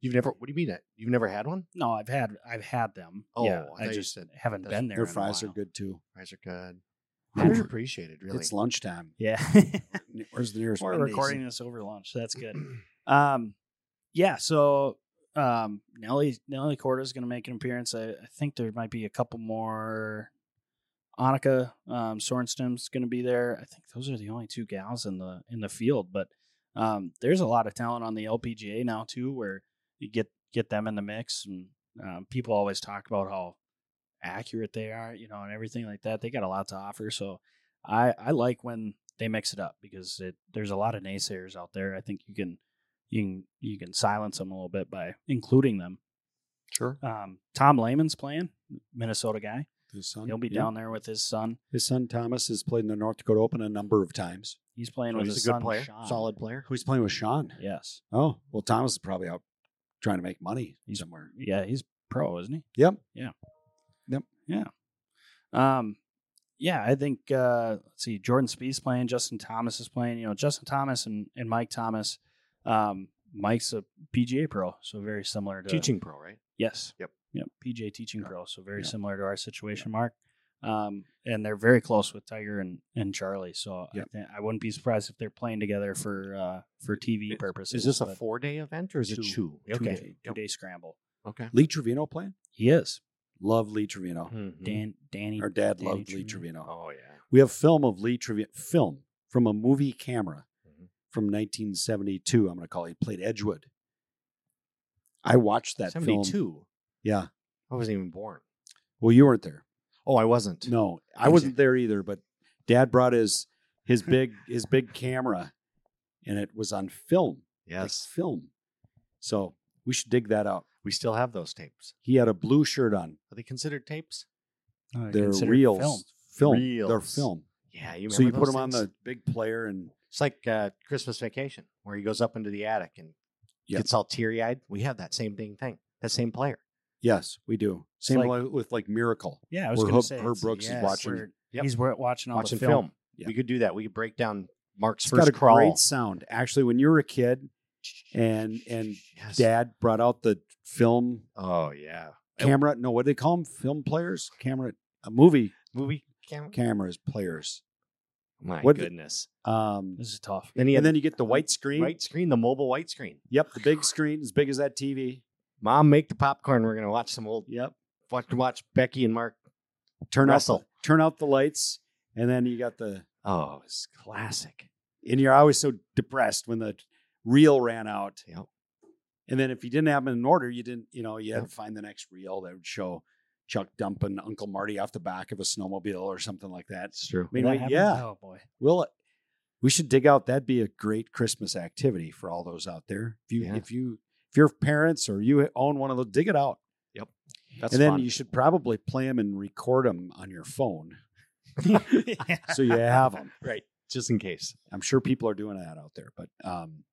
You've never? What do you mean? that- You've never had one?
No, I've had I've had them.
Oh,
yeah,
I
I,
thought you
just
said
haven't
that's-
been there.
Their
in a
fries are
while.
good too.
Fries are good.
Ooh.
appreciated. Really,
It's lunchtime.
Yeah.
Where's the nearest
We're
Wendy's?
recording this over lunch. so That's good. Um, yeah. So, um, Nelly Nelly Corda is going to make an appearance. I, I think there might be a couple more. Annika um, Sorensen's going to be there. I think those are the only two gals in the in the field. But um, there's a lot of talent on the LPGA now too, where you get get them in the mix, and um, people always talk about how accurate they are, you know, and everything like that. They got a lot to offer. So I I like when they mix it up because it, there's a lot of naysayers out there. I think you can you can you can silence them a little bit by including them.
Sure.
Um, Tom Lehman's playing Minnesota guy.
His son,
He'll be
yeah.
down there with his son.
His son Thomas has played in the North Dakota Open a number of times.
He's playing with
he's
his
a good
son,
player,
Sean.
solid player.
Who's playing with Sean?
Yes.
Oh, well, Thomas is probably out trying to make money somewhere.
Yeah, he's pro, isn't he?
Yep.
Yeah.
Yep.
Yeah. Um, yeah, I think uh let's see, Jordan Speed's playing, Justin Thomas is playing, you know, Justin Thomas and, and Mike Thomas. Um, Mike's a PGA pro, so very similar to
Teaching pro, right?
Yes.
Yep.
Yep. PJ teaching pro, so very
Yep.
similar to our situation, Mark. Um, and they're very close with Tiger and, and Charlie, so
Yep.
I, th- I wouldn't be surprised if they're playing together for uh, for TV
Is-
purposes.
Is this a
but
four day event or is
Two.
it two?
two
Okay.
day, two
Yep.
day scramble?
Okay.
Lee Trevino playing?
He is.
Love Lee Trevino.
Mhm.
Dan, Danny,
Our dad
Danny
loved Lee
Mm-hmm. Trevino.
Trevino.
Oh yeah.
We have film of Lee Trevino, film from a movie camera
Mm-hmm.
Mhm.
from 1972. I'm going to call it. He played Edgewood. I watched that
seventy
film.
two.
Yeah.
I wasn't even born.
Well, you weren't there.
Oh, I wasn't.
No, I
Okay.
wasn't there either. But Dad brought his his big his big camera, and it was on film, like
Yes,
film. So we should dig that out.
we still have those tapes.
He had a blue shirt on.
Are they considered tapes?
Uh,
They're
considered
reels,
film.
film, film. They're
Reels.
film.
Yeah. You
so you
remember
put
those
them on
things?
the big player, and
It's like uh, Christmas Vacation, where he goes up into the attic and
Yep.
gets all teary eyed. We have that same ding thing, that same player.
yes, we do. Same
like-
li- with like Miracle.
Yeah, I was
Where
going
Herb-
to say
Herb
it's-
Brooks is
yes,
watching-
where-
Yep.
He's wa- watching all
Watching
the film.
film.
Yeah.
We could do that. We could break down Mark's
It's
first
got a
crawl.
great sound. Actually, when you were a kid, and and
Yes.
Dad brought out the film
Oh yeah. And-
camera. No, what do they call them? Film players, camera, a movie
Movie camera.
cameras, players.
My
What the-
goodness.
Um,
This is tough.
Then he
and
had
then you get the white screen.
white screen, the mobile white screen.
Yep, the big screen as big as that TV.
Mom, make the popcorn. We're gonna watch some old
Yep.
watch, watch Becky and Mark.
Turn out the,
Wrestle.
turn out the lights, and then you got the.
Oh, it's classic.
And you're always so depressed when the reel ran out.
Yep.
And then if you didn't have them in order, you didn't. You know, you had
Yep.
to find the next reel that would show Chuck dumping Uncle Marty off the back of a snowmobile or something like that.
It's true.
I mean,
That
we-
happened?
yeah,
Oh boy.
we'll we should dig out. That'd be a great Christmas activity for all those out there. If you
Yeah.
if you if your parents or you own one of those, dig it out.
That's
and then
fun.
you should probably play them and record them on your phone so you have them.
right, just in case.
I'm sure people are doing that out there, but um,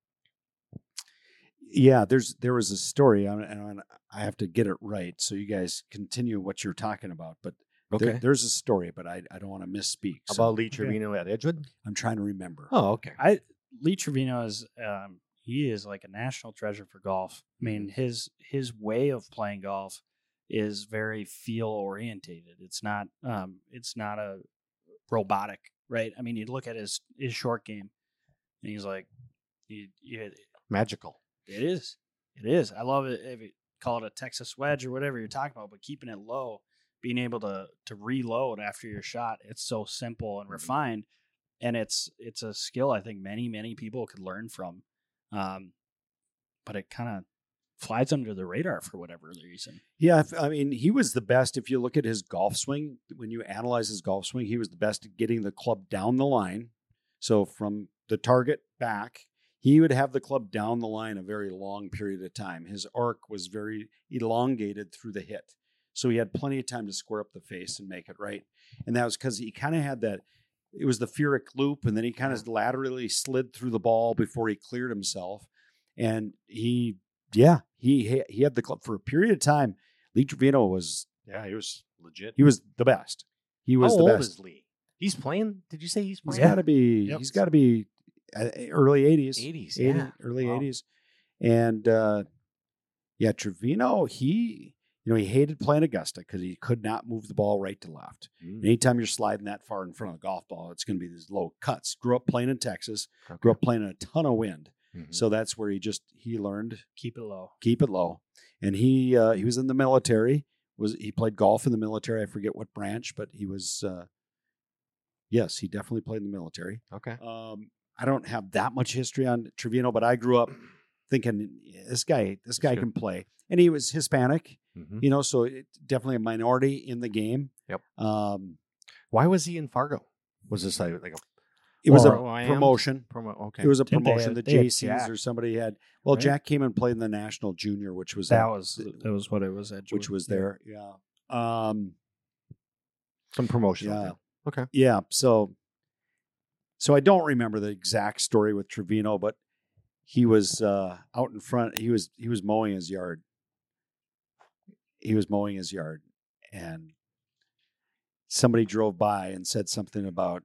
yeah, there's there was a story, and and I have to get it right so you guys continue what you're talking about. But There-
Okay.
there's a story, but I, I don't want to misspeak. So
About Lee Trevino at Edgewood.
I'm trying to remember.
Oh, okay.
I Lee Trevino is um, he is like a national treasure for golf. I mean his his way of playing golf is very feel orientated. It's not um, it's not a robotic, right? I mean, you look at his his short game, and he's like, you, you,
Magical.
it is, it is. I love it. If you call it a Texas wedge or whatever you're talking about, but keeping it low, being able to to reload after your shot, it's so simple
Mm-hmm.
and refined, and it's it's a skill I think many many people could learn from, um, but it kind of flies under the radar for whatever reason.
Yeah, if- I mean, he was the best. If you look at his golf swing, when you analyze his golf swing, he was the best at getting the club down the line. So from the target back, he would have the club down the line a very long period of time. His arc was very elongated through the hit. So he had plenty of time to square up the face and make it right. And that was because he kind of had that, it was the Furic loop, and then he kind of laterally slid through the ball before he cleared himself. And he, yeah, he he had the club for a period of time. Lee Trevino was
Yeah, he was legit.
he was the best. He was
How
the
old
best.
is Lee? He's playing. Did you say
He's
he's playing?
got to be.
Yep.
He's got to be uh, early eighties.
80s.
80,
Yeah.
early
Wow.
80s. And uh, yeah, Trevino, he, you know, he hated playing Augusta because he could not move the ball right to left. And
Mm,
anytime you're sliding that far in front of the golf ball, it's going to be these low cuts. Grew up playing in Texas,
okay.
grew up playing in a ton of wind.
Mhm.
So that's where he just, he learned
Keep it low.
keep it low. And he, uh, he was in the military. Was he played golf in the military? I forget what branch, but he was. Uh, yes, he definitely played in the military.
okay.
Um, I don't have that much history on Trevino, but I grew up thinking this guy, this guy Mm-hmm.
good.
can play, and he was Hispanic,
Mhm.
you know, so it, definitely a minority in the game.
Yep.
Um,
Why was he in Fargo? Was this like, like a
it was a
Or- OIM?
promotion.
promo? Okay.
It was a
Didn't they
promotion.
have-
The
they had
JCs
Jack,
or somebody had. Well,
right?
Jack came and played in the National Junior, which was
That
at-
was that was what it was. At
which
Jordan.
was there. Yeah. Um,
some promotional.
Yeah.
deal. Okay.
yeah so so i don't remember the exact story with trevino but he was uh out in front he was he was mowing his yard he was mowing his yard and somebody drove by and said something about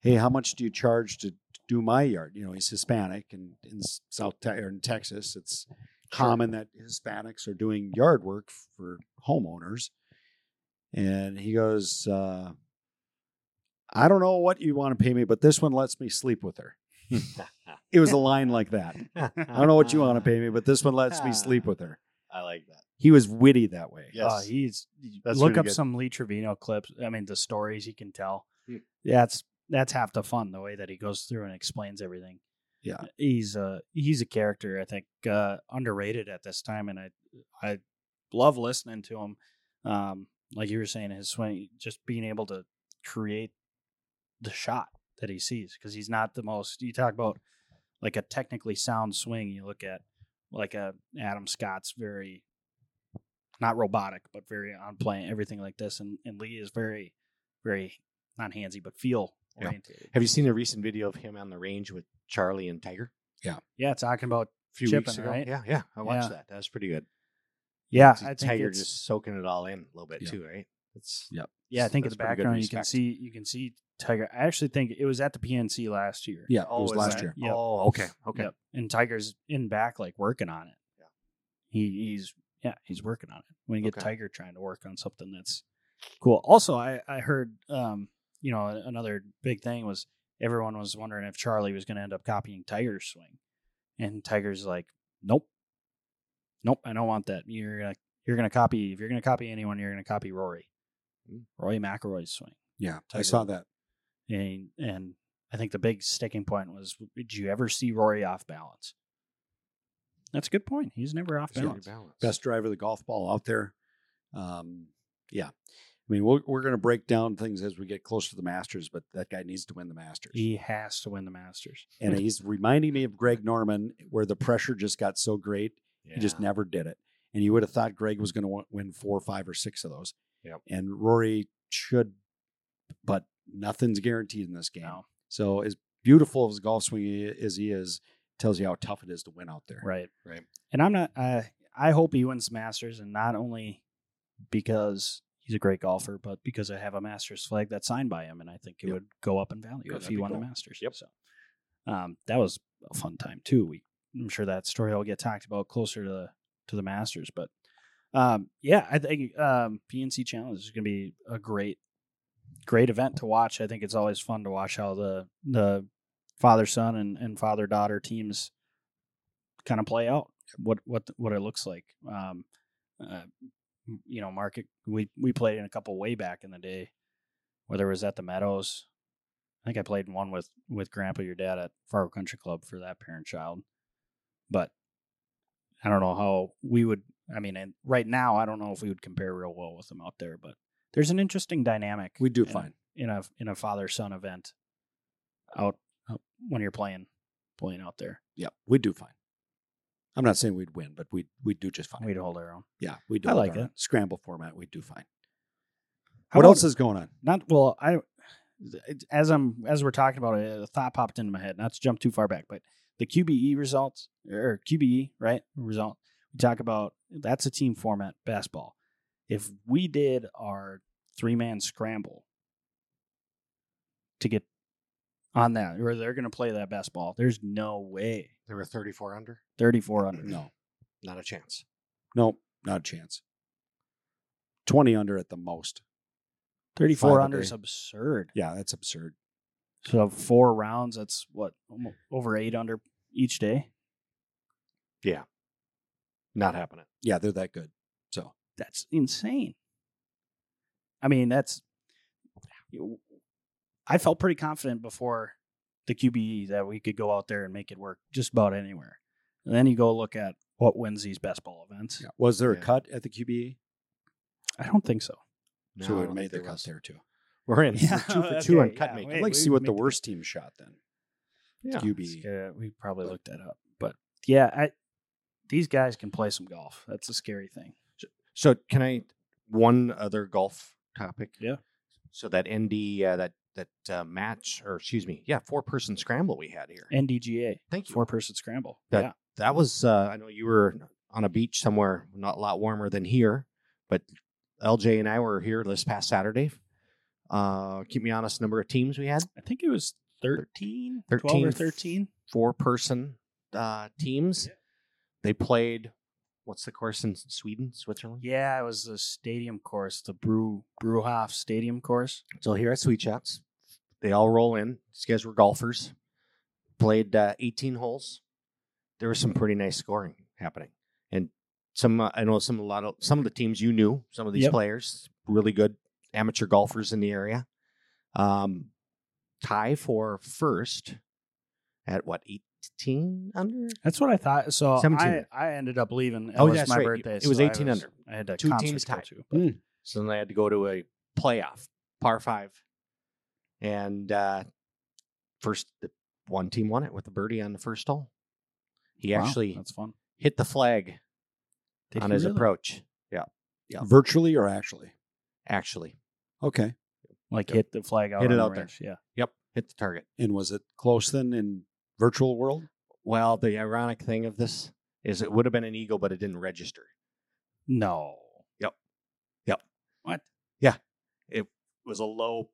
hey how much do you charge to do my yard you know he's hispanic and in S- south Te- or in texas it's common that hispanics are doing yard work for homeowners and he goes, uh, I don't know what you want to pay me, but this one lets me sleep with her.
Hmm.
It was a line like that. I don't know what you
Ah.
want to pay me, but this one lets me sleep with her.
I like that.
He was witty that way.
Yes.
Uh, he's
That's
look
really
up
good.
some Lee Trevino clips. I mean, the stories he can tell.
Hmm.
That's that's half the fun. The way that he goes through and explains everything.
Yeah.
uh, he's a he's a character. I think uh, underrated at this time, and I I love listening to him. Um, like you were saying, his swing, just being able to create the shot that he sees because he's not the most. You talk about like a technically sound swing. You look at like a Adam Scott's very not robotic, but very on plan, everything like this. And, and Lee is very, very not handsy, but feel
Yeah.
oriented.
Have you seen a recent video of him on the range with Charlie and Tiger?
Yeah, talking about
A few weeks
Chipping,
ago.
right?
Yeah, yeah. I watched
Yeah.
that. That was pretty good.
yeah,
See,
I think
Tiger
it's-
just soaking it all in a little bit
Yeah.
too, right? It's
yeah, I think in the
that's pretty good
background you can
respect.
see you can see Tiger. I actually think it was at the PNC last year.
Yeah, it was
is
last
that-
year.
Yep.
Oh, okay, okay.
Yep. And Tiger's in back like working on it. Yeah. He he's yeah, he's working on it. When you get
Okay.
Tiger trying to work on something that's cool. Also, I I heard um, you know, another big thing was everyone was wondering if Charlie was going to end up copying Tiger's swing. And Tiger's like, "Nope. Nope, I don't want that. You're going to you're going to copy if you're going to copy anyone, you're going to copy Rory.
Hmm.
Rory McIlroy's swing."
Yeah, I
Tiger.
saw that.
and and I think the big sticking point was, did you ever see Rory off balance? That's a good point. He's never off
Yeah.
balance.
Best driver of the golf ball out there. Um, yeah. I mean, we're, we're going to break down things as we get closer to the Masters, but that guy needs to win the Masters.
He has to win the Masters.
and he's reminding me of Greg Norman, where the pressure just got so great He just
Yeah.
never did it. And you would have thought Greg was going to win four, five, or six of those.
Yep.
And Rory should, but nothing's guaranteed in this game.
No.
So as beautiful as golf swing he- as he is, tells you how tough it is to win out there.
Right.
Right.
uh, And I'm not. I I hope he wins Masters, and not only because he's a great golfer, but because I have a Masters flag that's signed by him, and I think it
Yep.
would go up in value
Yeah,
if
that'd
he
be
won the
cool.
Masters.
Yep.
So um, that was a fun time too. We, I'm sure that story will get talked about closer to the to the Masters, but um, yeah, I think um, PNC Challenge is going to be a great great event to watch. I think it's always fun to watch how the the father son and, and father daughter teams kind of play out what what what it looks like. Um, uh, m- you know, market we we played in a couple way back in the day, whether it was at the Meadows. I think I played in one with with Grandpa, your dad at Fargo Country Club for that parent child, but I don't know how we would. I mean, and right now I don't know if we would compare real well with them out there, but there's an interesting dynamic
We do
in a-
fine.
in a in a father son event out out when you're playing playing out there.
Yeah, we do fine. I'm not saying we'd win, but we we do just fine.
We'd hold our own.
yeah, we do.
I
with
like
our
it.
Scramble format, we do fine.
How
what
about-
else is going on?
not well i it- as i'm as we're talking about it a thought popped into my head not to jump too far back but the qbe results or qbe right result we talk about that's a team format basketball if we did our three man scramble to get on that or they're going to play that basketball there's no way
They were 34 under.
34 under
No,
Not a chance.
no, not a chance. Twenty under at the most.
34
Five a
under is
day.
absurd
Yeah, that's absurd.
so four rounds that's what almo- over eight under each day
Not happening.
Yeah, they're that good. So
that's insane. I mean, that's. I felt pretty confident before the QBE that we could go out there and make it work just about anywhere. And then you go look at what wins these best ball events.
yeah. was there a
Yeah.
cut at the QBE?
I don't think so.
No,
so
I
we
don't
made
think
the
there
cut
was.
there too.
We're in.
Yeah,
We're two for two on
okay,
cut
yeah,
making.
Hey,
I'd like to
we
see what
made
the
the-
worst team shot then.
Yeah.
QBE.
Yeah, we probably
But-
looked that up, but yeah, I, these guys can play some golf. That's a scary thing.
So can I one other golf topic?
Yeah.
So that ND uh, that that uh, match or excuse me, yeah, four person scramble we had here.
NDGA,
Thank you.
four person scramble.
That-
yeah,
That was uh, I know you were on a beach somewhere, not a lot warmer than here, but LJ and I were here this past Saturday. Uh, keep me honest, number of teams we had
I think it was 13, 12
13.
or 13.
four person uh, teams.
Yeah.
They played. What's the course in Sweden, Switzerland?
Yeah, it was the stadium course, the Brew Brewhoff Stadium course.
So here at Sweet Shots, they all roll in. These guys were golfers, played uh, 18 holes. There was some pretty nice scoring happening, and some uh, I know some a lot of some of the teams you knew, some of these
Yep.
players, really good amateur golfers in the area. Um, tie for first at what 18 under?
That's what I thought. So
17.
I, I ended up leaving. It
Oh, yeah,
was
that's
my
right.
birthday.
It was
so I
18 under.
I had to
Two
two
teams
teams to go
tied.
to. but-
Mm.
So then they had to go to a playoff, par five, and uh, first the one team won it with a birdie on the first hole. He
Wow,
actually
that's fun.
hit the flag
Did
on
he
his
really?
approach. Yeah.
Virtually or actually?
Actually,
Okay.
Like
Yep.
hit the flag out.
Hit it
on the
out there.
range, Yeah.
yep, hit the target.
And was it close then in virtual world?
Well, the ironic thing of this is it would have been an eagle, but it didn't register.
No.
Yep. Yep.
What?
It was a low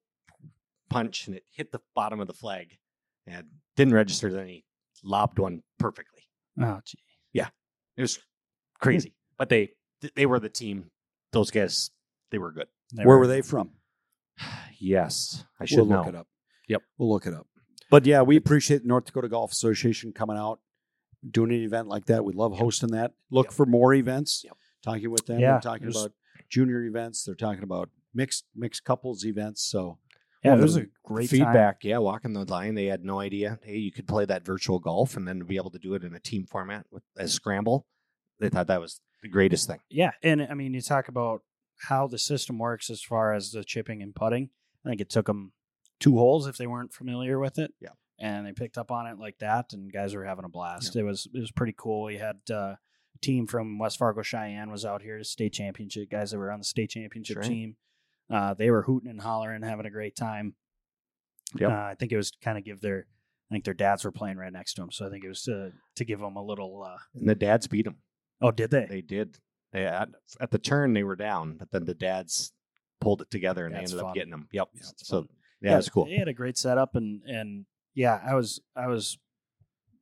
punch, and it hit the bottom of the flag, and didn't register. Then he lobbed one perfectly.
Oh, gee.
It
Hmm.
was crazy, but they they were the team. Those guys, they were good.
They
Where were they from?
Yes, I
we'll
should
look
know.
it up.
Yep.
We'll look it up. But yeah, we appreciate the North Dakota Golf Association coming out, doing an event like that. We love hosting that. Look
Yep.
for more events.
Yep.
Talking with them.
Yeah,
They're talking
there's-
about junior events. They're talking about mixed mixed couples events. So
Yeah, it
Well,
was a
the
great time.
Feedback, yeah, walking the line, they had no idea. Hey, you could play that virtual golf, and then to be able to do it in a team format with a scramble. They thought that was the greatest thing.
Yeah, and I mean, you talk about how the system works as far as the chipping and putting. I think it took them two holes if they weren't familiar with it.
Yeah.
and they picked up on it like that, and guys were having a blast. It was it was pretty cool. We had uh, a team from West Fargo Cheyenne was out here, state championship guys that were on the state championship
That's right.
team. Uh, they were hooting and hollering, having a great time.
Yep.
Uh, I think it was to kind of give their, I think their dads were playing right next to them, so I think it was to to give them a little. Uh,
And the dads beat them.
oh, did they?
They did. They at, at the turn they were down, but then the dads pulled it together and
That's
they ended
fun.
up getting them. Yep.
Yeah, it's
so
fun.
yeah, it's cool.
They had a great setup, and and yeah, I was I was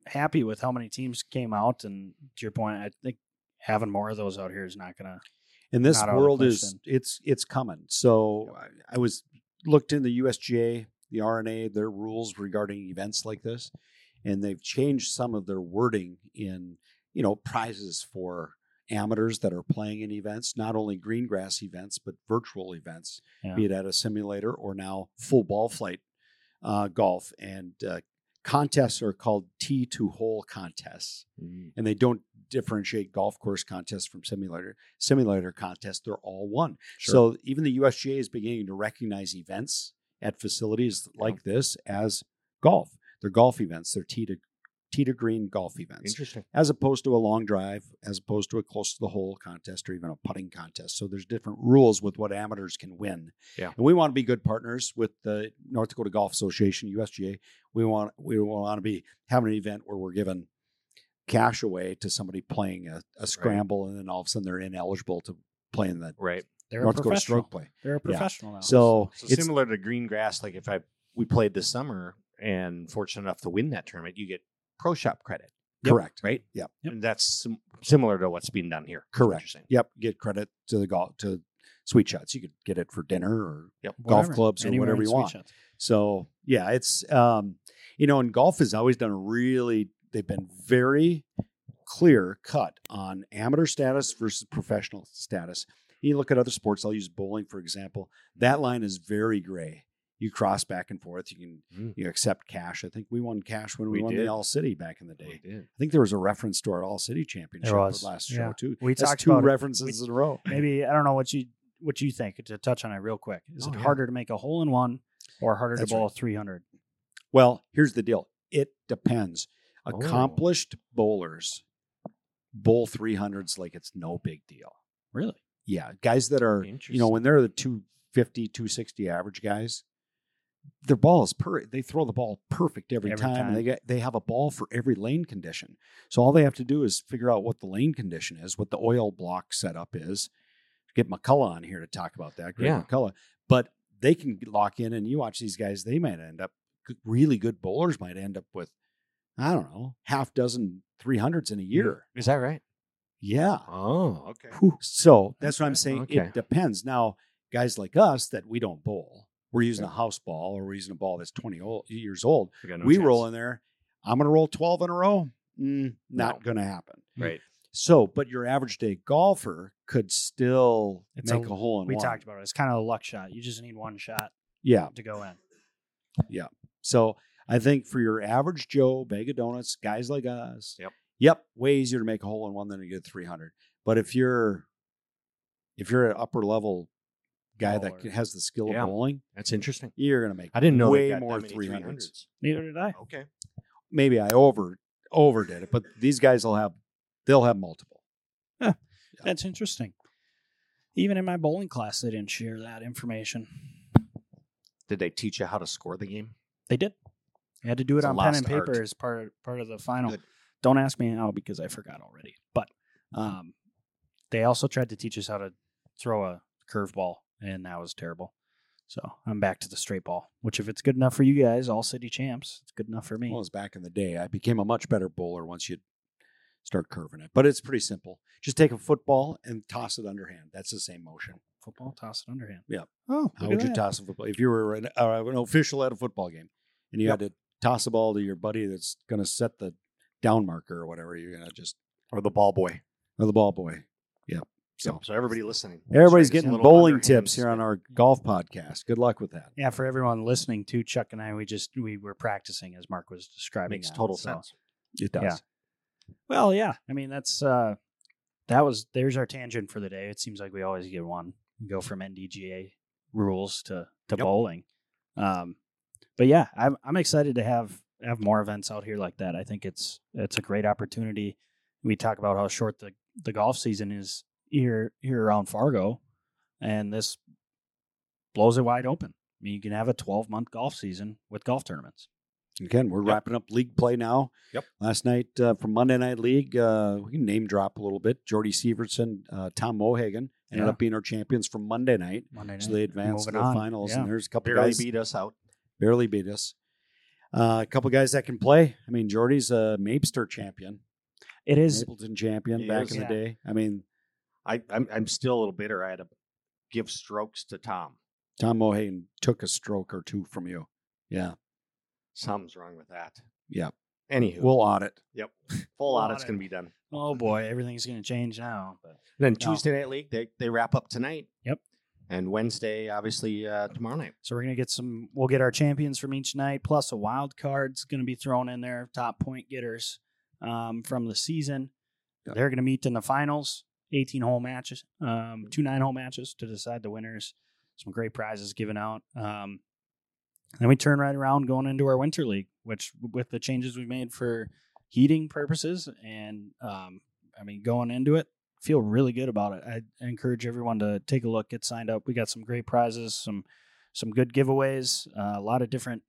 happy with how many teams came out. And to your point, I think having more of those out here is not gonna.
and this
Not out of the
world is
question.
it's it's coming. So I, I was looked in the USGA, the RNA, their rules regarding events like this, and they've changed some of their wording in you know prizes for amateurs that are playing in events, not only green grass events but virtual events,
Yeah.
be it at a simulator or now full ball flight uh, golf and. Uh, Contests are called T to hole contests
Mm-hmm.
and they don't differentiate golf course contests from simulator simulator contests. They're all one. So even the USGA is beginning to recognize events at facilities like this as golf. They're golf events. They're tee to tee to green golf events,
interesting.
as opposed to a long drive, as opposed to a close to the hole contest or even a putting contest. So there's different rules with what amateurs can win.
Yeah.
and we want to be good partners with the North Dakota Golf Association USGA. We want we want to be having an event where we're giving cash away to somebody playing a, a scramble, and then all of a sudden they're ineligible to play in the
Right.
They're
North
a
Dakota
professional.
stroke play.
They're a professional now.
So,
So
it's
similar to green grass, like if I we played this summer and fortunate enough to win that tournament, you get pro shop credit,
Yep.
correct.
right?
Yep.
Yep.
And that's sim- similar to what's being done here. is what
Correct.
you're saying.
Yep. Get credit to the golf to sweet shots. You could get it for dinner or golf
Whatever.
clubs or
Anywhere in
whatever you
sweet
want.
shots.
so yeah, it's um, you know, and golf has always done a really they've been very clear cut on amateur status versus professional status. You look at other sports, I'll use bowling for example. That line is very gray. You cross back and forth. You can
Mhm.
you accept cash. I think we won cash when we,
We
won
did.
the All City back in the day.
We did.
I think there was a reference to our All City Championship
was,
last
yeah.
show too.
We
That's
talked
two
about it.
references in a row.
Maybe I don't know what you what you think to touch on it real quick. Is
Oh,
it
yeah.
harder to make a hole in one or harder
That's
to bowl three hundred?
Well, here's the deal. It depends.
Oh.
Accomplished bowlers bowl 300s like it's no big deal.
Really?
Yeah, guys that are, you know,
Interesting.
when they're the 250, 260 average guys, their ball is per they throw the ball perfect every,
Every
time,
time.
and they get they have a ball for every lane condition. So all they have to do is figure out what the lane condition is, what the oil block setup is. Get McCullough on here to talk about that. Greg
Yeah.
McCullough. But they can lock in and you watch these guys, they might end up good- really good bowlers might end up with, I don't know, half dozen 300s in a year.
Is that right?
Yeah.
Oh, okay.
So that's what I'm
Okay.
saying.
Okay.
It depends. Now, guys like us that we don't bowl, we're using a house ball or we're using a ball that's 20 old, years old.
We, got
we roll in there. I'm going to roll 12 in a row. Mm, not
No.
going to happen.
Right.
So, but your average day golfer could still
It's
make
a-
a, hole in
We
one.
talked about it. It's kind of a luck shot. You just need one shot
yeah.
to go in.
So I think for your average Joe, bag of donuts, guys like us,
Yep.
yep, way easier to make a hole in one than to get 300. But if you're if you're an upper level guy that
Bowler.
c- has the skill
Yeah.
of bowling,
That's interesting.
you're gonna make.
I didn't know
way
they got
more
that many
300s.
300s.
Neither did I.
Okay.
Maybe I over overdid it, but these guys will have they'll have multiple.
That's interesting. Even in my bowling class, they didn't share that information.
Did they teach you how to score the game?
They did. I had to do it
It's a
on pen
lost
and paper
art.
as part of, part of the final.
Good.
Don't ask me how because I forgot already. But um, they also tried to teach us how to throw a curveball, and that was terrible. So I'm back to the straight ball, which if it's good enough for you guys, all city champs, it's good enough for me.
Well, it was back in the day. I became a much better bowler once you start curving it. But it's pretty simple. Just take a football and toss it underhand. That's the same motion.
Football, toss it underhand.
Yeah.
Oh, look
How
at
would you
that.
toss a football if you were an, uh, an official at a football game and you had to toss a ball to your buddy that's going to set the down marker or whatever? You're going to just
Or the ball boy?
or the ball boy. Yep. So
So everybody listening.
everybody's
Sorry, just a
getting
little
bowling
underhand
tips here on
spin.
our golf podcast. Good luck with that.
Yeah, for everyone listening too, Chuck and I, we just we were practicing as Mark was describing.
Makes
that,
total
so-
sense.
It does.
Yeah. Well, yeah. I mean, that's uh that was there's our tangent for the day. It seems like we always get one. We go from NDGA rules to to
Yep.
bowling. Um but yeah, I'm I'm excited to have have more events out here like that. I think it's it's a great opportunity. We talk about how short the the golf season is here here around Fargo and this blows it wide open. I mean, you can have a 12 month golf season with golf tournaments.
Again, we're
Yep.
wrapping up league play now.
Yep.
Last night uh, from Monday Night League, uh, we can name drop a little bit. Jordy Severson, uh, Tom Mohagan, Ended
Yeah.
up being our champions for Monday night.
Monday night.
So they advanced to
Moving
the
on.
finals,
Yeah.
and there's a couple
Barely
guys
beat us out.
barely beat us. Uh, a couple guys that can play. I mean, Jordy's a Mapster champion,
It is
Mapleton champion
He
back
is.
in the
Yeah.
day. I mean,
I, I'm, I'm still a little bitter. I had to give strokes to Tom.
Tom O'Hagan took a stroke or two from you. Yeah,
Something's wrong with that.
yeah.
Anywho,
We'll audit.
full
We'll
audit's
audit.
going to be done.
oh boy, everything's gonna change now. But
then
No.
Tuesday night league, they, they wrap up tonight.
Yep.
And Wednesday, obviously, uh, tomorrow night.
So we're gonna get some. We'll get our champions from each night, plus a wild card's gonna be thrown in there. Top point getters um, from the season.
Yeah.
They're gonna meet in the finals. 18 hole matches, um, two nine hole matches to decide the winners. Some great prizes given out. Um, then we turn right around going into our winter league, which with the changes we made for heating purposes and um, I mean going into it, feel really good about it. I encourage everyone to take a look, get signed up. We got some great prizes, some some good giveaways, uh, a lot of different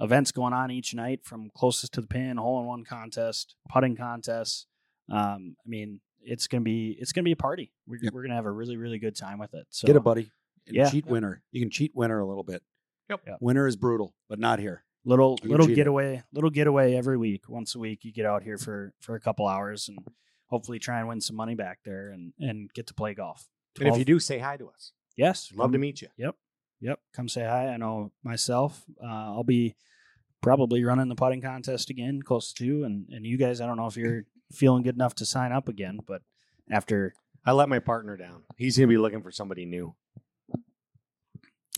events going on each night from closest to the pin, hole in one contest, putting contests. Um, I mean, it's gonna be it's gonna be a party. We're,
Yep.
we're gonna have a really really good time with it. So
Get a buddy. And
Yeah.
Cheat winner. You can cheat winner a little bit.
Yep.
Yep.
Winner is brutal, but not here.
little
You
little
cheated.
getaway little getaway every week once a week you get out here for for a couple hours and hopefully try and win some money back there and and get to play golf
And if you
12
do, say hi to us.
yes
Love
come-
to meet you.
yep come say hi i know myself uh, i'll be probably running the putting contest again close to and and you guys i don't know if you're feeling good enough to sign up again but after
I let my partner down. He's going to be looking for somebody new.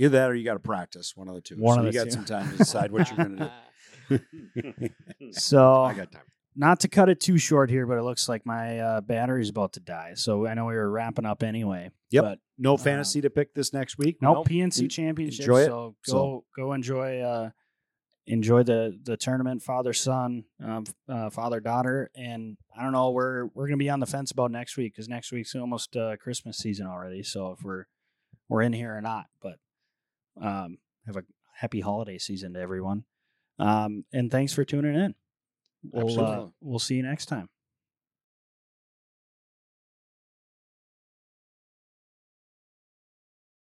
Either that or you got to practice one of the two.
One
so
of
you
the
got
two.
some time to decide what you're going to do.
so
I got time.
not to cut it too short here but it looks like my uh, battery's about to die so i know we were wrapping up anyway
Yep.
but
no fantasy to pick this next week.
No
Nope.
PNC
En-
championship.
enjoy it.
So go
So-
go enjoy uh, enjoy the the tournament. Father son, um, uh, father daughter, and I don't know. We're we're gonna be on the fence about next week because next week's almost uh, Christmas season already. So if we're we're in here or not, but um, have a happy holiday season to everyone. Um, and thanks for tuning in. We'll uh,
Absolutely.
we'll see you next time.